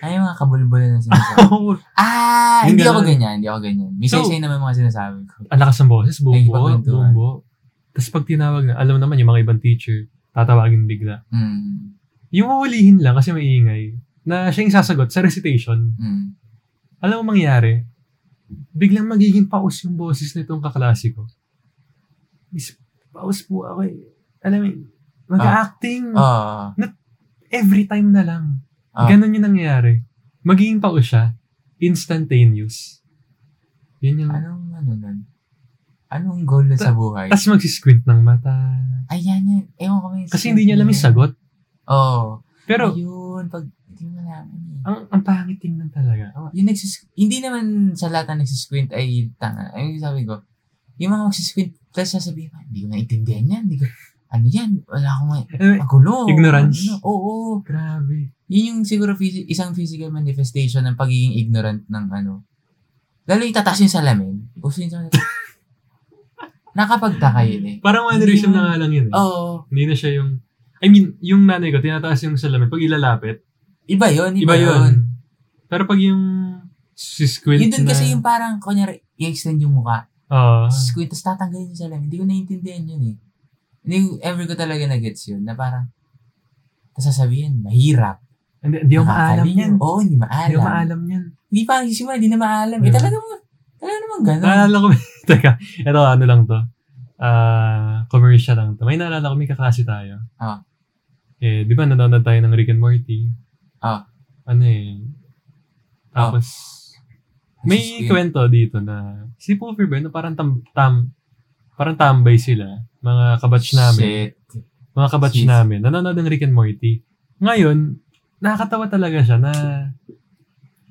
[SPEAKER 1] Ay, mga kabulbulan na sinasabi. ah,
[SPEAKER 2] Yung
[SPEAKER 1] hindi ako
[SPEAKER 2] ganun.
[SPEAKER 1] ganyan. Hindi ako ganyan. May
[SPEAKER 2] So-
[SPEAKER 1] say naman mga sinasabi ko.
[SPEAKER 2] ang lakas ng boses,
[SPEAKER 1] Ay,
[SPEAKER 2] bumbo,
[SPEAKER 1] ipagkwentuhan.
[SPEAKER 2] bumbo. Tapos pag tinawag na, alam naman yung mga ibang teacher, tatawagin bigla.
[SPEAKER 1] Mm,
[SPEAKER 2] Yung uulihin lang kasi maingay, na siya yung sasagot sa recitation,
[SPEAKER 1] mm.
[SPEAKER 2] alam mo mangyari, biglang magiging paus yung boses nitong kaklase ko. Is, paus po ako eh. Alam mo, yun, mag-acting
[SPEAKER 1] Oo.
[SPEAKER 2] every time na lang.
[SPEAKER 1] Ah.
[SPEAKER 2] Ganon yung nangyari. Magiging paus siya, instantaneous. Yun yung...
[SPEAKER 1] anong, ano nun? Anong goal na sa buhay?
[SPEAKER 2] Tapos magsisquint ng mata.
[SPEAKER 1] Ayan yan. Ewan ko may
[SPEAKER 2] Kasi hindi niya alam yung sagot.
[SPEAKER 1] Oo.
[SPEAKER 2] Pero,
[SPEAKER 1] Ayun, pag hindi mo alam.
[SPEAKER 2] Ang, ang pangit tingnan talaga. Ang-
[SPEAKER 1] yung nagsis- hindi naman sa lahat na nagsisquint ay tanga. Ay, yung sabi ko, yung mga magsisquint, tapos sasabihin, "Ah, hindi ko naintindihan yan. Hindi ko, ano yan? Wala akong ma-
[SPEAKER 2] Anyway,
[SPEAKER 1] magulo.
[SPEAKER 2] Ignorance.
[SPEAKER 1] Ano? Oo, oo.
[SPEAKER 2] eh, grabe.
[SPEAKER 1] Yun yung siguro phys- isang physical manifestation ng pagiging ignorant ng ano. Lalo yung tataas yung salamin. Gusto yung salamin. Nakapagtaka yun eh.
[SPEAKER 2] Parang
[SPEAKER 1] Hindi
[SPEAKER 2] mannerism na nga lang
[SPEAKER 1] Ah,
[SPEAKER 2] yun. Eh.
[SPEAKER 1] Oo.
[SPEAKER 2] Hindi na siya yung... I mean, yung nanay ko, tinataas yung salamin. Pag ilalapit,
[SPEAKER 1] Iba yun. Iba,
[SPEAKER 2] iba
[SPEAKER 1] yun.
[SPEAKER 2] yun. Pero pag yung sisquint
[SPEAKER 1] Yun dun
[SPEAKER 2] na... Ah.
[SPEAKER 1] kasi yung parang, kunyari, i-extend yung mukha.
[SPEAKER 2] Oo.
[SPEAKER 1] Squid, tapos tatanggalin yung salamin. Hindi ko naiintindihan yun eh. Hindi ko, ever ko talaga na-gets yun, na parang, tapos sasabihin, mahirap.
[SPEAKER 2] hindi, hindi ako maalam
[SPEAKER 1] nakakaliw.
[SPEAKER 2] yan.
[SPEAKER 1] Oo, hindi
[SPEAKER 2] Hindi
[SPEAKER 1] maalam.
[SPEAKER 2] ako maalam yan.
[SPEAKER 1] Hindi pa, simula, hindi na maalam. Eh,
[SPEAKER 2] Yeah.
[SPEAKER 1] talaga mo, talaga naman ganun. Oh.
[SPEAKER 2] Naalala ko, teka, eto ano lang to. Ah, commercial lang to. May naalala ko, may kaklase tayo.
[SPEAKER 1] Ah.
[SPEAKER 2] Eh, di ba nanonood tayo ng Rick and Morty?
[SPEAKER 1] Ah.
[SPEAKER 2] Ano eh. Tapos, may
[SPEAKER 1] Squid.
[SPEAKER 2] kwento dito na si Puffer Bear na parang tam, tam, parang tambay sila. Mga kabatch namin.
[SPEAKER 1] Shit.
[SPEAKER 2] Mga kabatch
[SPEAKER 1] Shit.
[SPEAKER 2] namin. Nanonood ng Rick and Morty. Ngayon, nakakatawa talaga siya na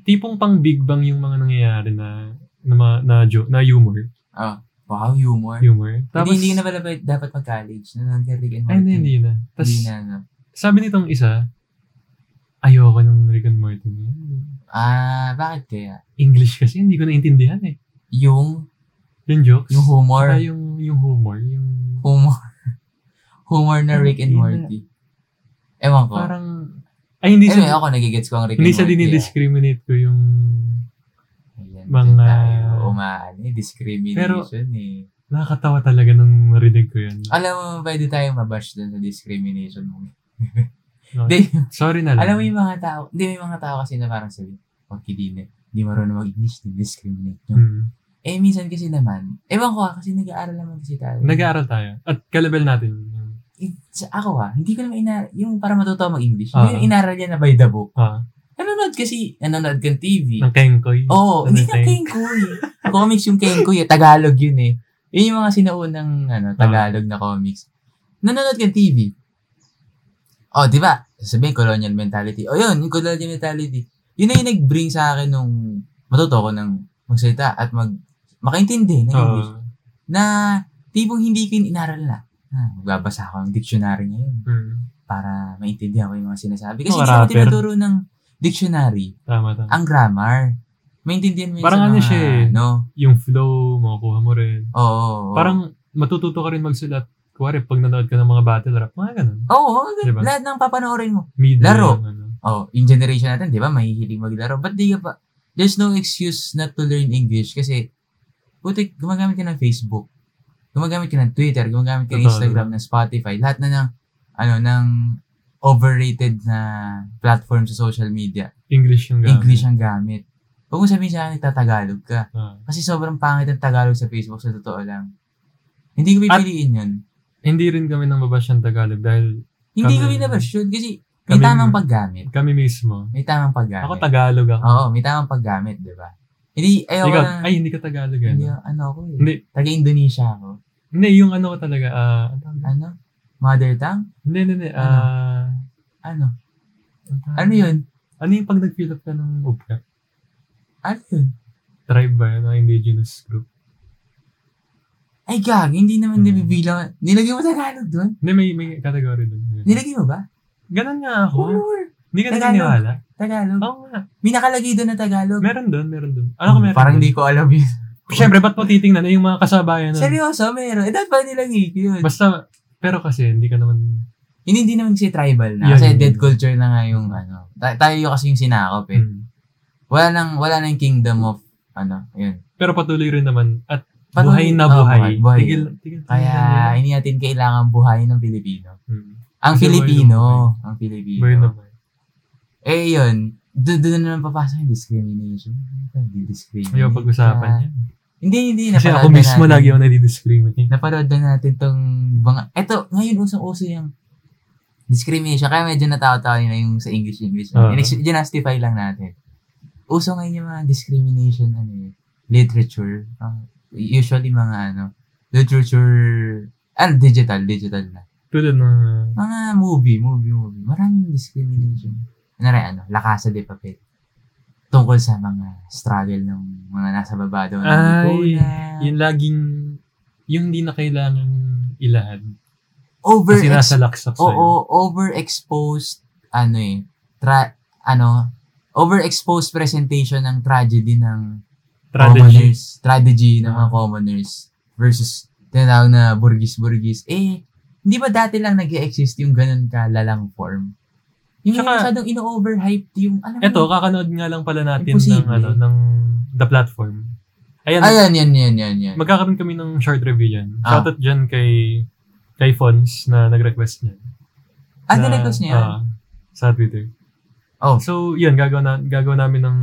[SPEAKER 2] tipong pang Big Bang yung mga nangyayari na na, mga, na, jo- na humor.
[SPEAKER 1] Ah, wow, humor.
[SPEAKER 2] Humor.
[SPEAKER 1] Tapos, hindi, hindi na pala ba- dapat mag-college na nag-Rick and
[SPEAKER 2] Ay, hindi, hindi na. Tapos,
[SPEAKER 1] Hindi na, ano.
[SPEAKER 2] sabi nitong isa, ayoko ng Rick and Morty. na yun.
[SPEAKER 1] Ah, bakit kaya?
[SPEAKER 2] English kasi, hindi ko naintindihan eh.
[SPEAKER 1] Yung,
[SPEAKER 2] Yung jokes.
[SPEAKER 1] yung humor.
[SPEAKER 2] Saka yung, yung humor. Yung,
[SPEAKER 1] Humor. humor na Rick and
[SPEAKER 2] Hindi na.
[SPEAKER 1] Morty. Ewan ko.
[SPEAKER 2] parang, ay
[SPEAKER 1] Oh.
[SPEAKER 2] hindi
[SPEAKER 1] Anyway,
[SPEAKER 2] siya,
[SPEAKER 1] ako nagigets ko ang Rick and Morty.
[SPEAKER 2] hindi
[SPEAKER 1] ah.
[SPEAKER 2] siya dinidiscriminate ko yung,
[SPEAKER 1] Ayan,
[SPEAKER 2] Mga-
[SPEAKER 1] dyan tayo umaano eh, discrimination
[SPEAKER 2] Pero-
[SPEAKER 1] eh.
[SPEAKER 2] nakakatawa talaga nung narinig ko yun.
[SPEAKER 1] Alam mo, pwede tayong mabash dun sa discrimination mo.
[SPEAKER 2] No,
[SPEAKER 1] Di,
[SPEAKER 2] sorry na lang.
[SPEAKER 1] alam mo yung mga tao, hindi may mga tao kasi na parang sabi, pag hindi na, eh. hindi marunong mag-English, discriminate nyo.
[SPEAKER 2] Hmm.
[SPEAKER 1] Eh, minsan kasi naman, ewan ko ah, kasi nag-aaral naman kasi tayo.
[SPEAKER 2] Nag-aaral tayo. At kalabel natin.
[SPEAKER 1] Eh, sa ako ah, hindi ko naman inaral, yung para matuto mag-English,
[SPEAKER 2] Ah.
[SPEAKER 1] hindi yung inaral yan na by the book.
[SPEAKER 2] Ah.
[SPEAKER 1] Ano nanonood kasi, nanonood kang TV.
[SPEAKER 2] Ng Kenkoy. Ano
[SPEAKER 1] Oo, oh, hindi na
[SPEAKER 2] Kenkoy.
[SPEAKER 1] Kenkoy. comics yung Kenkoy, eh. Tagalog yun eh. Yun yung mga sinaunang ano,
[SPEAKER 2] Ah.
[SPEAKER 1] Tagalog na comics. Nanonood ka ng TV. Oh, di ba? Sabihin, colonial mentality. Oh, yun, yung colonial mentality. Yun na yung nag-bring sa akin nung matuto ko ng magsalita at mag makaintindi ng English.
[SPEAKER 2] Oo.
[SPEAKER 1] Na tipong hindi ko yun inaral na. Ah, magbabasa ako ng dictionary ngayon
[SPEAKER 2] Mm.
[SPEAKER 1] para maintindihan ko yung mga sinasabi. Kasi
[SPEAKER 2] Mga
[SPEAKER 1] hindi ako
[SPEAKER 2] rapper.
[SPEAKER 1] tinuturo ng dictionary
[SPEAKER 2] Tama, tama.
[SPEAKER 1] ang grammar. Maintindihan mo yun
[SPEAKER 2] Parang
[SPEAKER 1] sa
[SPEAKER 2] ano
[SPEAKER 1] mga,
[SPEAKER 2] siya eh.
[SPEAKER 1] No?
[SPEAKER 2] Yung flow, makukuha mo rin.
[SPEAKER 1] Oo. oo, oo.
[SPEAKER 2] Parang matututo ka rin magsulat. Kuwari, pag nanood ka ng mga battle rap, mga ganun.
[SPEAKER 1] Oo, oo, gan-
[SPEAKER 2] Diba?
[SPEAKER 1] lahat ng papanoorin mo.
[SPEAKER 2] Media,
[SPEAKER 1] Laro.
[SPEAKER 2] yung Ano.
[SPEAKER 1] Oh, in generation natin, di ba, mahihilig maglaro. Ba't di ka pa, there's no excuse not to learn English kasi, putik, gumagamit ka ng Facebook, gumagamit ka ng Twitter, gumagamit ka ng
[SPEAKER 2] Totoo,
[SPEAKER 1] Instagram, ng Spotify, lahat na ng, ano, ng overrated na platform sa social media.
[SPEAKER 2] English yung gamit.
[SPEAKER 1] English ang gamit. Huwag mo sabihin sa akin, nagtatagalog ka.
[SPEAKER 2] Ah.
[SPEAKER 1] Kasi sobrang pangit ang Tagalog sa Facebook, sa totoo lang. Hindi ko pipiliin yun.
[SPEAKER 2] Hindi rin kami nang babash ng Tagalog dahil
[SPEAKER 1] Hindi
[SPEAKER 2] kami-
[SPEAKER 1] ko binaversion kasi may
[SPEAKER 2] kami-
[SPEAKER 1] tamang paggamit.
[SPEAKER 2] kami mismo.
[SPEAKER 1] May tamang paggamit.
[SPEAKER 2] Ako Tagalog ako.
[SPEAKER 1] Oo, may tamang paggamit, di ba? Hindi, ayoko
[SPEAKER 2] Ikaw,
[SPEAKER 1] na.
[SPEAKER 2] ay, hindi ka Tagalog.
[SPEAKER 1] hindi,
[SPEAKER 2] Ano?
[SPEAKER 1] ano ako eh.
[SPEAKER 2] Hindi,
[SPEAKER 1] Taga-Indonesia ako.
[SPEAKER 2] hindi, yung ano ka talaga. ah, ang tawag doon?
[SPEAKER 1] Ano? Mother tongue?
[SPEAKER 2] hindi, hindi, hindi.
[SPEAKER 1] Ano?
[SPEAKER 2] ah,
[SPEAKER 1] Ano?
[SPEAKER 2] ang tawag-
[SPEAKER 1] Ano yun?
[SPEAKER 2] Ano yung pag nag-fill up ka ng UPCA?
[SPEAKER 1] Ano yun?
[SPEAKER 2] Tribe ba yun? Ang indigenous group?
[SPEAKER 1] Ay, gag, hindi naman
[SPEAKER 2] Hmm.
[SPEAKER 1] nabibilang. Nilagay mo Tagalog doon?
[SPEAKER 2] Hindi, may, may category doon.
[SPEAKER 1] Nilagay mo ba?
[SPEAKER 2] Ganun nga ako.
[SPEAKER 1] Oo.
[SPEAKER 2] Hindi ka
[SPEAKER 1] Tagalog.
[SPEAKER 2] naniniwala.
[SPEAKER 1] Tagalog.
[SPEAKER 2] Oo nga.
[SPEAKER 1] May nakalagay doon na Tagalog.
[SPEAKER 2] Meron doon, meron doon. Ano ko meron
[SPEAKER 1] Hmm, Parang
[SPEAKER 2] doon?
[SPEAKER 1] hindi ko alam yun.
[SPEAKER 2] Siyempre, ba't mo titingnan Eh, yung mga kasabayan nun?
[SPEAKER 1] Seryoso, meron. Eh, dapat ba nilang yun?
[SPEAKER 2] Basta, pero kasi, hindi ka naman...
[SPEAKER 1] Yun, hindi naman kasi tribal na.
[SPEAKER 2] Yun,
[SPEAKER 1] kasi
[SPEAKER 2] yun,
[SPEAKER 1] dead
[SPEAKER 2] yun.
[SPEAKER 1] culture na nga yung ano. Ta- tayo kasi yung sinakop eh.
[SPEAKER 2] Hmm.
[SPEAKER 1] Wala nang, wala nang kingdom of, ano, yun.
[SPEAKER 2] Pero patuloy rin naman. At buhay
[SPEAKER 1] Patuloy-
[SPEAKER 2] na
[SPEAKER 1] Oo,
[SPEAKER 2] buhay.
[SPEAKER 1] buhay.
[SPEAKER 2] Tigil, tigil, tigil
[SPEAKER 1] Kaya,
[SPEAKER 2] na nila.
[SPEAKER 1] hindi natin kailangan buhayin ng Pilipino.
[SPEAKER 2] Hmm.
[SPEAKER 1] Ang
[SPEAKER 2] Kasi
[SPEAKER 1] Filipino.
[SPEAKER 2] buhay na
[SPEAKER 1] Ang Filipino.
[SPEAKER 2] Buhay na buhay.
[SPEAKER 1] Eh, yun. Doon na naman papasok yung discrimination. Hindi discriminate.
[SPEAKER 2] Ayaw pag-usapan
[SPEAKER 1] ka.
[SPEAKER 2] niya.
[SPEAKER 1] Hindi, Hmm. hindi.
[SPEAKER 2] Kasi
[SPEAKER 1] napanood
[SPEAKER 2] ako
[SPEAKER 1] na
[SPEAKER 2] mismo
[SPEAKER 1] natin.
[SPEAKER 2] lagi ako nadidiscriminate.
[SPEAKER 1] Napanood na natin tong mga... Eto, ngayon usang-uso yung discrimination. Kaya medyo natatawa na yung sa English-English.
[SPEAKER 2] Oo.
[SPEAKER 1] uh Ginastify lang natin. Uso ngayon yung mga discrimination ano, eh, literature. Ah, usually mga ano, literature... Ano, digital, digital na.
[SPEAKER 2] Tulad ng...
[SPEAKER 1] Mga movie, movie, movie. Maraming discrimination. Ano rin, ano, Lakasa de Papel. Tungkol sa mga struggle ng mga nasa baba daw ng
[SPEAKER 2] Ay,
[SPEAKER 1] lipunan.
[SPEAKER 2] Yung laging... Yung hindi na kailangan ilahad.
[SPEAKER 1] over
[SPEAKER 2] Kasi nasa laksak
[SPEAKER 1] Oo,
[SPEAKER 2] sa'yo.
[SPEAKER 1] overexposed, ano eh, tra- ano, overexposed presentation ng tragedy ng
[SPEAKER 2] Tragedy.
[SPEAKER 1] commoners, tragedy ng mga
[SPEAKER 2] Ah.
[SPEAKER 1] commoners versus tinatawag na burgis-burgis. Eh, hindi ba dati lang nag exist yung ganun kalalang form? Yung
[SPEAKER 2] Tsaka-
[SPEAKER 1] masyadong ino-overhyped yung, alam mo,
[SPEAKER 2] Eto, kakanood nga lang pala natin ng,
[SPEAKER 1] Imposible.
[SPEAKER 2] ano, ng The Platform. Ayan,
[SPEAKER 1] ayan, yan, yan, yan, yan.
[SPEAKER 2] magkakaroon kami ng short review yan.
[SPEAKER 1] Ah.
[SPEAKER 2] Shoutout dyan kay, kay Fons na nag-request niyan.
[SPEAKER 1] ah,
[SPEAKER 2] Na-
[SPEAKER 1] dinagos niya. yun?
[SPEAKER 2] ah, sa Twitter.
[SPEAKER 1] Oh.
[SPEAKER 2] So, yun, gagawin, na, gagawin namin ng...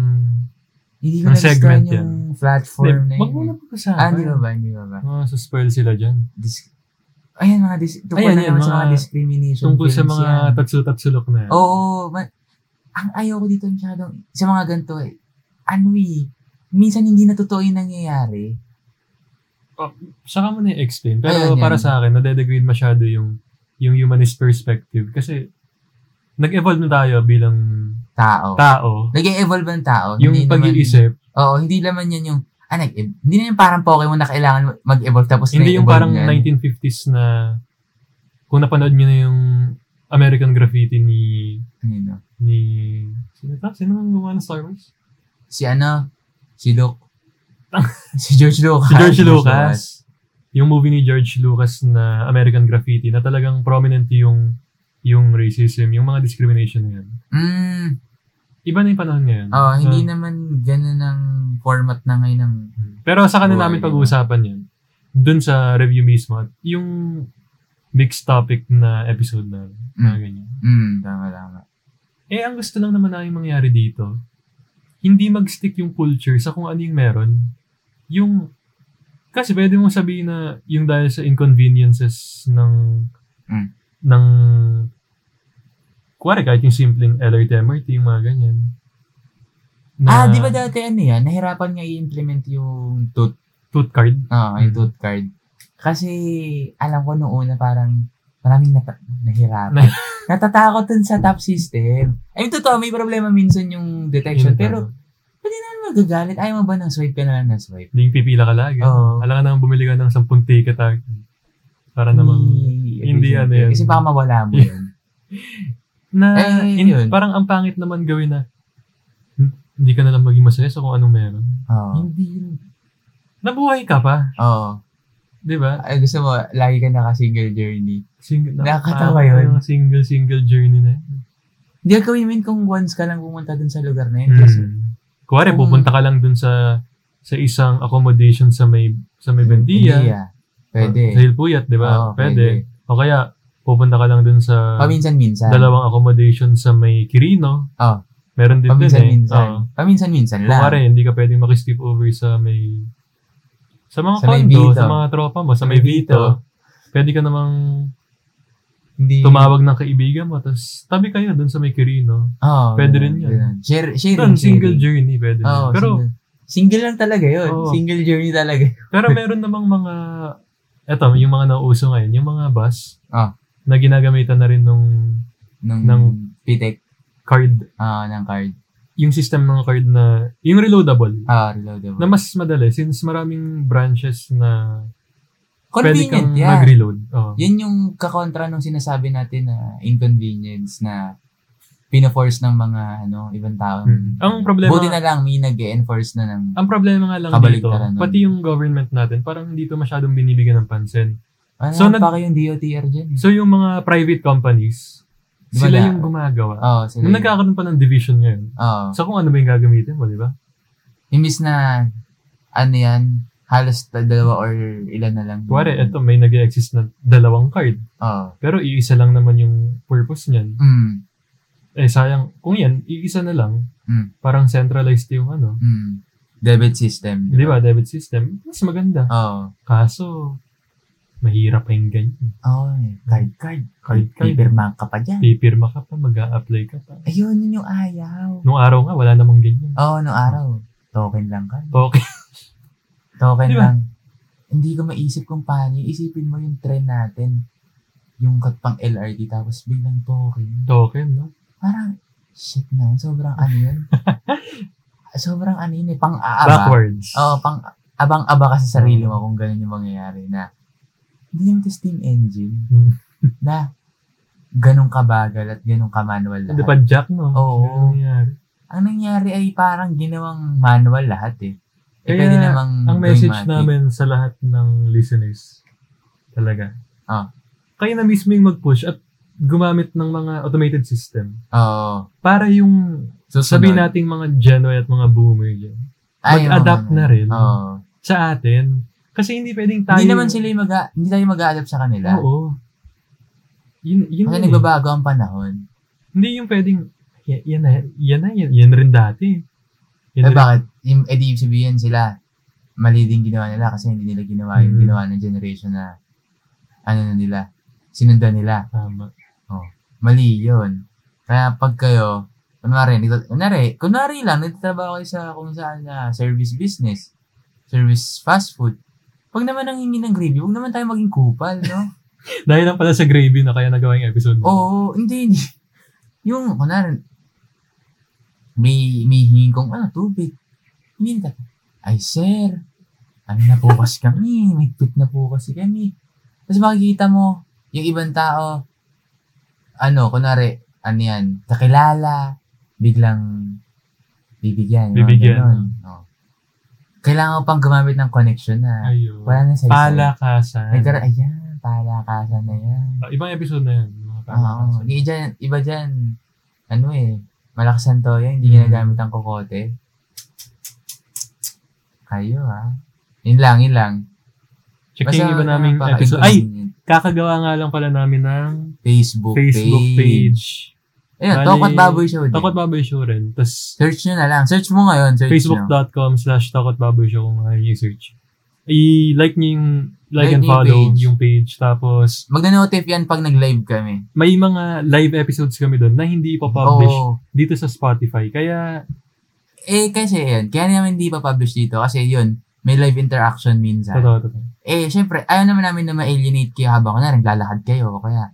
[SPEAKER 1] hindi ko
[SPEAKER 2] ang
[SPEAKER 1] nagustuhan
[SPEAKER 2] segment
[SPEAKER 1] yung
[SPEAKER 2] yan.
[SPEAKER 1] platform na
[SPEAKER 2] Wag mo na
[SPEAKER 1] yun.
[SPEAKER 2] pag-usapan.
[SPEAKER 1] Ah, hindi ba ba? Hindi ba ba?
[SPEAKER 2] Mga suspoil sila dyan.
[SPEAKER 1] Dis- ayan, mga dis- tungkol
[SPEAKER 2] Ayan,
[SPEAKER 1] na
[SPEAKER 2] yan,
[SPEAKER 1] naman sa mga
[SPEAKER 2] mga-
[SPEAKER 1] discrimination
[SPEAKER 2] Tungkol sa
[SPEAKER 1] films yan.
[SPEAKER 2] mga tatsu-tatsulok na yan.
[SPEAKER 1] Oo. Ma- ang ayaw ko dito masyadong, sa mga ganito eh, ano eh, minsan hindi na totoo yung nangyayari.
[SPEAKER 2] Saka mo na-explain. Pero
[SPEAKER 1] Ayan, yan.
[SPEAKER 2] para sa akin, nadedegrade masyado yung yung humanist perspective. Kasi, nag-evolve na tayo bilang
[SPEAKER 1] Tao.
[SPEAKER 2] tao.
[SPEAKER 1] Nag-evolve ang tao.
[SPEAKER 2] Yung
[SPEAKER 1] hindi naman-
[SPEAKER 2] pag-iisip,
[SPEAKER 1] Oo, hindi naman yan yung, ah, nag hindi na yung parang Pokemon na kailangan mag-evolve tapos
[SPEAKER 2] hindi yung
[SPEAKER 1] na-evolve
[SPEAKER 2] parang
[SPEAKER 1] na yan.
[SPEAKER 2] 1950s na kung napanood nyo na yung American Graffiti ni
[SPEAKER 1] Ano,
[SPEAKER 2] ni sino ta? Sino ang gumawa ng Star Wars?
[SPEAKER 1] Si ano, si Luke. si George Lucas.
[SPEAKER 2] Si George Lucas. Yung movie ni George Lucas na American Graffiti na talagang prominent yung yung racism, yung mga discrimination na yan.
[SPEAKER 1] Mm,
[SPEAKER 2] Iba na yung panahon ngayon.
[SPEAKER 1] oo, hindi
[SPEAKER 2] Ah,
[SPEAKER 1] naman ganun ang format na ngayon ng
[SPEAKER 2] Pero sa kanila namin
[SPEAKER 1] Buhay,
[SPEAKER 2] pag-uusapan yan. Dun sa review mismo. At yung big topic na episode na,
[SPEAKER 1] Mm.
[SPEAKER 2] na ganyan.
[SPEAKER 1] Mm, tama, tama.
[SPEAKER 2] Eh, ang gusto lang naman namin mangyari dito, hindi mag-stick yung culture sa kung ano yung meron. Yung, kasi pwede mong sabihin na yung dahil sa inconveniences ng,
[SPEAKER 1] Mm.
[SPEAKER 2] ng, kuwari kahit yung simpleng LRT, MRT, yung mga ganyan.
[SPEAKER 1] ah, di ba dati ano yan? Nahirapan nga i-implement yung tooth,
[SPEAKER 2] Tooth card.
[SPEAKER 1] ah, yung
[SPEAKER 2] Mm.
[SPEAKER 1] tooth card. Kasi alam ko noong una parang maraming nata- nahirapan. Natatakot dun sa top system. Ay, totoo, may problema minsan yung detection.
[SPEAKER 2] Yun,
[SPEAKER 1] Pero,
[SPEAKER 2] ano,
[SPEAKER 1] pwede na magagalit. Ayaw mo ba ng swipe ka na lang ng swipe?
[SPEAKER 2] Hindi yung pipila ka lagi.
[SPEAKER 1] Oo.
[SPEAKER 2] Alam ka naman bumili ka ng 10 ticket ah. Para
[SPEAKER 1] Hmm.
[SPEAKER 2] namang hindi
[SPEAKER 1] efficient
[SPEAKER 2] ano
[SPEAKER 1] yun.
[SPEAKER 2] yun.
[SPEAKER 1] Kasi baka mawala mo yun.
[SPEAKER 2] na
[SPEAKER 1] Eh,
[SPEAKER 2] in-
[SPEAKER 1] yun.
[SPEAKER 2] parang ang pangit naman gawin na "Hmm, hindi ka na lang maging masaya sa kung anong meron.
[SPEAKER 1] Oo.
[SPEAKER 2] Hindi. Nabuhay ka pa,
[SPEAKER 1] Oo.
[SPEAKER 2] 'di ba?
[SPEAKER 1] Ay, gusto mo, lagi ka naka-single journey.
[SPEAKER 2] Single
[SPEAKER 1] Nakakatawa yun.
[SPEAKER 2] ah, Single single journey na. yun.
[SPEAKER 1] Hindi, gawin mo yun kung once ka lang pumunta dun sa lugar na yun.
[SPEAKER 2] Hmm.
[SPEAKER 1] Kasi,
[SPEAKER 2] Kuwari,
[SPEAKER 1] Kung-
[SPEAKER 2] pupunta ka lang dun sa sa isang accommodation sa may sa may Bendia.
[SPEAKER 1] ah. Pwede.
[SPEAKER 2] Sa Hilpuyat, 'di ba?
[SPEAKER 1] Oo,
[SPEAKER 2] Diba? pwede. Ah, O kaya pupunta ka lang dun sa
[SPEAKER 1] Paminsan-minsan.
[SPEAKER 2] dalawang accommodation sa may Kirino.
[SPEAKER 1] Oo.
[SPEAKER 2] Meron din
[SPEAKER 1] Ah.
[SPEAKER 2] dun eh.
[SPEAKER 1] Paminsan-minsan.
[SPEAKER 2] Oo.
[SPEAKER 1] Paminsan-minsan lang.
[SPEAKER 2] Kung hindi ka pwedeng maki-skip over sa may sa mga
[SPEAKER 1] Sa may
[SPEAKER 2] condo,
[SPEAKER 1] Vito.
[SPEAKER 2] sa mga tropa mo, sa
[SPEAKER 1] Sa may
[SPEAKER 2] may Vito. Pwede ka namang
[SPEAKER 1] Hindi.
[SPEAKER 2] tumawag ng kaibigan mo, tapos tabi kayo dun sa may Kirino.
[SPEAKER 1] Oo,
[SPEAKER 2] Pwede
[SPEAKER 1] ganun,
[SPEAKER 2] rin yun.
[SPEAKER 1] ganun. Share, sharing,
[SPEAKER 2] Doon, single
[SPEAKER 1] sharing.
[SPEAKER 2] journey pwede. na.
[SPEAKER 1] Oo,
[SPEAKER 2] pero,
[SPEAKER 1] single. single lang talaga yun.
[SPEAKER 2] Oo.
[SPEAKER 1] Single journey talaga.
[SPEAKER 2] pero meron namang mga, eto, yung mga nauso ngayon, yung mga bus,
[SPEAKER 1] Ah.
[SPEAKER 2] na ginagamitan na rin nung
[SPEAKER 1] Nung, ng
[SPEAKER 2] Nang-
[SPEAKER 1] pitek,
[SPEAKER 2] card,
[SPEAKER 1] ah ng card.
[SPEAKER 2] yung system ng card na, yung reloadable,
[SPEAKER 1] Ah, reloadable.
[SPEAKER 2] na mas madali since maraming branches na
[SPEAKER 1] Convenient
[SPEAKER 2] pwede kang
[SPEAKER 1] yan.
[SPEAKER 2] mag-reload. Oo.
[SPEAKER 1] Yan yung kakontra nung sinasabi natin na inconvenience na pina-force ng mga ano, ibang tao.
[SPEAKER 2] Mm. Ang problema-
[SPEAKER 1] Buti na lang may nag-enforce na ng
[SPEAKER 2] Ang problema nga lang dito,
[SPEAKER 1] Kabaligtaran nun.
[SPEAKER 2] pati yung government natin, parang hindi to masyadong binibigyan ng pansin.
[SPEAKER 1] ano,
[SPEAKER 2] So,
[SPEAKER 1] so,
[SPEAKER 2] nag-
[SPEAKER 1] pa kayong DOTR dyan. eh.
[SPEAKER 2] So yung mga private companies,
[SPEAKER 1] Di ba
[SPEAKER 2] sila
[SPEAKER 1] na-
[SPEAKER 2] yung gumagawa.
[SPEAKER 1] Oo, sila
[SPEAKER 2] Nung
[SPEAKER 1] yun.
[SPEAKER 2] nagkakaroon pa ng division ngayon,
[SPEAKER 1] Oo.
[SPEAKER 2] sa kung ano ba yung gagamitin mo, di ba?
[SPEAKER 1] Imbis na, ano yan, halos ta- dalawa or ilan na lang.
[SPEAKER 2] Kuwari, eto, may nag exist na dalawang card.
[SPEAKER 1] Oo.
[SPEAKER 2] Pero iisa lang naman yung purpose niyan.
[SPEAKER 1] Mm.
[SPEAKER 2] Eh sayang, kung yan, iisa na lang,
[SPEAKER 1] Mm.
[SPEAKER 2] parang centralized yung ano,
[SPEAKER 1] Mm. Debit system. Oh.
[SPEAKER 2] di ba, debit system, mas maganda.
[SPEAKER 1] Oo.
[SPEAKER 2] Kaso, mahirap pa yung ganyan.
[SPEAKER 1] Oo. eh. Card, card.
[SPEAKER 2] Card, card.
[SPEAKER 1] Paperman ka pa dyan.
[SPEAKER 2] Pipirma ka pa, mag apply ka pa.
[SPEAKER 1] Ayun, yun yung ayaw.
[SPEAKER 2] Nung araw nga, wala namang ganyan.
[SPEAKER 1] Oo, no araw. Token lang ka.
[SPEAKER 2] Okay.
[SPEAKER 1] Token
[SPEAKER 2] Di ba?
[SPEAKER 1] lang. Hindi ko maisip kung paano. yun. Isipin mo yung trend natin. Yung kat pang LRT tapos biglang token.
[SPEAKER 2] Token, no?
[SPEAKER 1] Parang, shit na. Sobrang ano yun. sobrang ano yun eh. Pang-aaba.
[SPEAKER 2] Backwards.
[SPEAKER 1] Oo, pang abang-aba ka sa sarili mo kung ganun yung mangyayari na hindi naman ito steam engine
[SPEAKER 2] Hmm.
[SPEAKER 1] na ganun kabagal at ganun ka-manual
[SPEAKER 2] Hindi
[SPEAKER 1] lahat.
[SPEAKER 2] pa jack, no? Ano
[SPEAKER 1] Oo.
[SPEAKER 2] Ganun nangyari.
[SPEAKER 1] Ang nangyari ay parang ginawang manual lahat eh. Eh,
[SPEAKER 2] Kaya,
[SPEAKER 1] pwede namang
[SPEAKER 2] Ang
[SPEAKER 1] gawing
[SPEAKER 2] message
[SPEAKER 1] matik.
[SPEAKER 2] namin sa lahat ng listeners, talaga.
[SPEAKER 1] Ah.
[SPEAKER 2] Kayo na mismo yung mag-push at gumamit ng mga automated system
[SPEAKER 1] Oo.
[SPEAKER 2] para yung
[SPEAKER 1] Susunod.
[SPEAKER 2] sabihin nating mga Gen Y at mga boomer yun,
[SPEAKER 1] Ay,
[SPEAKER 2] mag-adapt
[SPEAKER 1] oo,
[SPEAKER 2] na rin.
[SPEAKER 1] Oo.
[SPEAKER 2] sa atin. Kasi hindi pwedeng tayo...
[SPEAKER 1] Hindi naman sila yung mag hindi tayo mag-adapt sa kanila.
[SPEAKER 2] Oo. Yun, yun
[SPEAKER 1] Kasi
[SPEAKER 2] yun eh.
[SPEAKER 1] nagbabago ang panahon.
[SPEAKER 2] Hindi yung pwedeng, "Y- yan na, yan na, yan, yan rin dati. Yan
[SPEAKER 1] Eh
[SPEAKER 2] rin
[SPEAKER 1] bakit? Yung, eh di ibig sabihin sila, mali din ginawa nila kasi hindi nila ginawa yung
[SPEAKER 2] Mhm.
[SPEAKER 1] ginawa ng generation na ano na nila, sinundan nila.
[SPEAKER 2] tama.
[SPEAKER 1] Mali yun. Kaya pag kayo, kunwari, nagtat- kunwari, kunwari lang, nagtatrabaho kayo sa kung saan na service business, service fast food, pag naman ang hingi ng gravy, huwag naman tayo maging kupal, no?
[SPEAKER 2] Dahil lang pala sa gravy na kaya nagawa yung episode. na yun.
[SPEAKER 1] Oo, hindi. hindi. Yung, kunwari, may, may hingin kong, ano, tubig. Hindi ka. Ay, sir, ano na po kasi kami, may pit na po kasi kami. Tapos makikita mo, yung ibang tao, ano, kunwari, ano yan, kakilala, biglang bibigyan. mga
[SPEAKER 2] Bibigyan.
[SPEAKER 1] ganun. Oo. Kailangan ko pang gumamit ng connection na
[SPEAKER 2] Ayun.
[SPEAKER 1] wala na sa
[SPEAKER 2] Palakasan.
[SPEAKER 1] Nagkara- ayan, palakasan na yan.
[SPEAKER 2] Ah, ibang episode na yun.
[SPEAKER 1] Ah,
[SPEAKER 2] Mga
[SPEAKER 1] Oo.
[SPEAKER 2] palakasan.
[SPEAKER 1] Yung dyan, iba dyan, ano eh, malakas ang toya, hindi
[SPEAKER 2] Mm.
[SPEAKER 1] ginagamit ang kokote. Kayo ha. Yun lang, yun lang. ano,
[SPEAKER 2] Check yung iba naming
[SPEAKER 1] napaka-
[SPEAKER 2] episode. Ay!
[SPEAKER 1] inconvenient.
[SPEAKER 2] Kakagawa nga lang pala namin ng
[SPEAKER 1] Facebook,
[SPEAKER 2] Facebook
[SPEAKER 1] page.
[SPEAKER 2] page.
[SPEAKER 1] Ayun,
[SPEAKER 2] Bali-
[SPEAKER 1] Tokot Baboy Show din.
[SPEAKER 2] Takot Baboy Show rin. Tapos
[SPEAKER 1] Search nyo na lang. Search mo ngayon. Search nyo.
[SPEAKER 2] facebook.com slash Takot Baboy Show kung ano ayaw niyo i-search. I-like niyo yung like,
[SPEAKER 1] Like
[SPEAKER 2] and
[SPEAKER 1] niyo yung
[SPEAKER 2] follow
[SPEAKER 1] page.
[SPEAKER 2] yung page. Tapos
[SPEAKER 1] Magna-notif yan pag nag-live kami.
[SPEAKER 2] may mga live episodes kami doon na hindi ipapublish
[SPEAKER 1] Oo.
[SPEAKER 2] dito sa Spotify. Kaya
[SPEAKER 1] Eh, kasi yun, kaya naman hindi pa publish dito kasi yun, may live interaction minsan.
[SPEAKER 2] Totoo, totoo.
[SPEAKER 1] Eh, syempre, ayaw naman namin na ma-alienate kayo habang na naglalakad kayo o kaya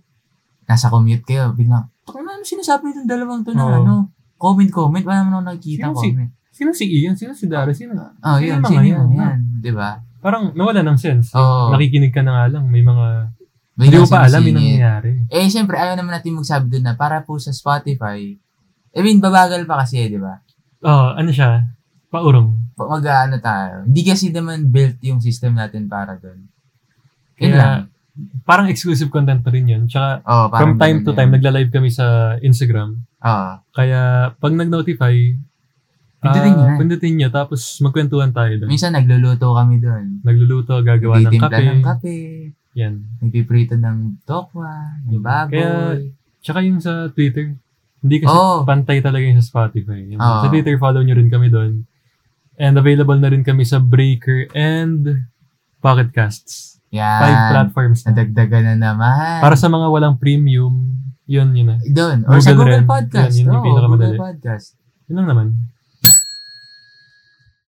[SPEAKER 1] nasa commute kayo, biglang, "Tang na, ano sinasabi nitong dalawang to na,
[SPEAKER 2] Oo.
[SPEAKER 1] ano, comment, comment, wala naman ako nakikita
[SPEAKER 2] Sino si-
[SPEAKER 1] comment.
[SPEAKER 2] Sino si Ian? Sino si Dara? Sino?
[SPEAKER 1] Oh,
[SPEAKER 2] sino
[SPEAKER 1] yun,
[SPEAKER 2] yung mga
[SPEAKER 1] sino
[SPEAKER 2] yan?
[SPEAKER 1] yun, yan, di ba?
[SPEAKER 2] Parang nawala ng sense.
[SPEAKER 1] Oo.
[SPEAKER 2] Nakikinig ka na nga lang. May mga...
[SPEAKER 1] Biglang
[SPEAKER 2] Hindi ko pa alam yung
[SPEAKER 1] sumisingit.
[SPEAKER 2] nangyayari.
[SPEAKER 1] Eh, syempre, ayaw naman natin magsabi doon na para po sa Spotify, I mean, babagal pa kasi, di ba?
[SPEAKER 2] Oo, ano siya? Paurong.
[SPEAKER 1] Pa- Mag-ano tayo. Hindi kasi naman built yung system natin para doon. Yun
[SPEAKER 2] Kaya,
[SPEAKER 1] lang.
[SPEAKER 2] Parang exclusive content na rin yun. Tsaka,
[SPEAKER 1] Oh,
[SPEAKER 2] from time to time, nagla-live kami sa Instagram.
[SPEAKER 1] Oo.
[SPEAKER 2] Kaya, pag nag-notify,
[SPEAKER 1] Pindutin eh.
[SPEAKER 2] ah,
[SPEAKER 1] niyo.
[SPEAKER 2] pindutin niyo. Tapos, magkwentuhan tayo doon.
[SPEAKER 1] Minsan nagluluto kami doon.
[SPEAKER 2] Nagluluto, gagawa ng
[SPEAKER 1] Nagtitimpla
[SPEAKER 2] kape.
[SPEAKER 1] ng kape.
[SPEAKER 2] Yan.
[SPEAKER 1] Nagpiprito ng tokwa, ng baboy. Oh,
[SPEAKER 2] Kaya- Tsaka yung sa Twitter. Hindi kasi
[SPEAKER 1] Oo.
[SPEAKER 2] pantay talaga yung sa Spotify. Yung
[SPEAKER 1] Oo.
[SPEAKER 2] Sa Twitter, follow nyo rin kami doon. And available na rin kami sa Breaker and Pocket Casts.
[SPEAKER 1] Yan.
[SPEAKER 2] Five platforms na.
[SPEAKER 1] Nadagdagan na naman.
[SPEAKER 2] Para sa mga walang premium, yun, yun na.
[SPEAKER 1] doon. Or sa
[SPEAKER 2] Google
[SPEAKER 1] Google
[SPEAKER 2] Ren.
[SPEAKER 1] Podcast.
[SPEAKER 2] Yan, yun yung
[SPEAKER 1] Oo,
[SPEAKER 2] pinakamadali.
[SPEAKER 1] Google Podcast.
[SPEAKER 2] Yun lang naman.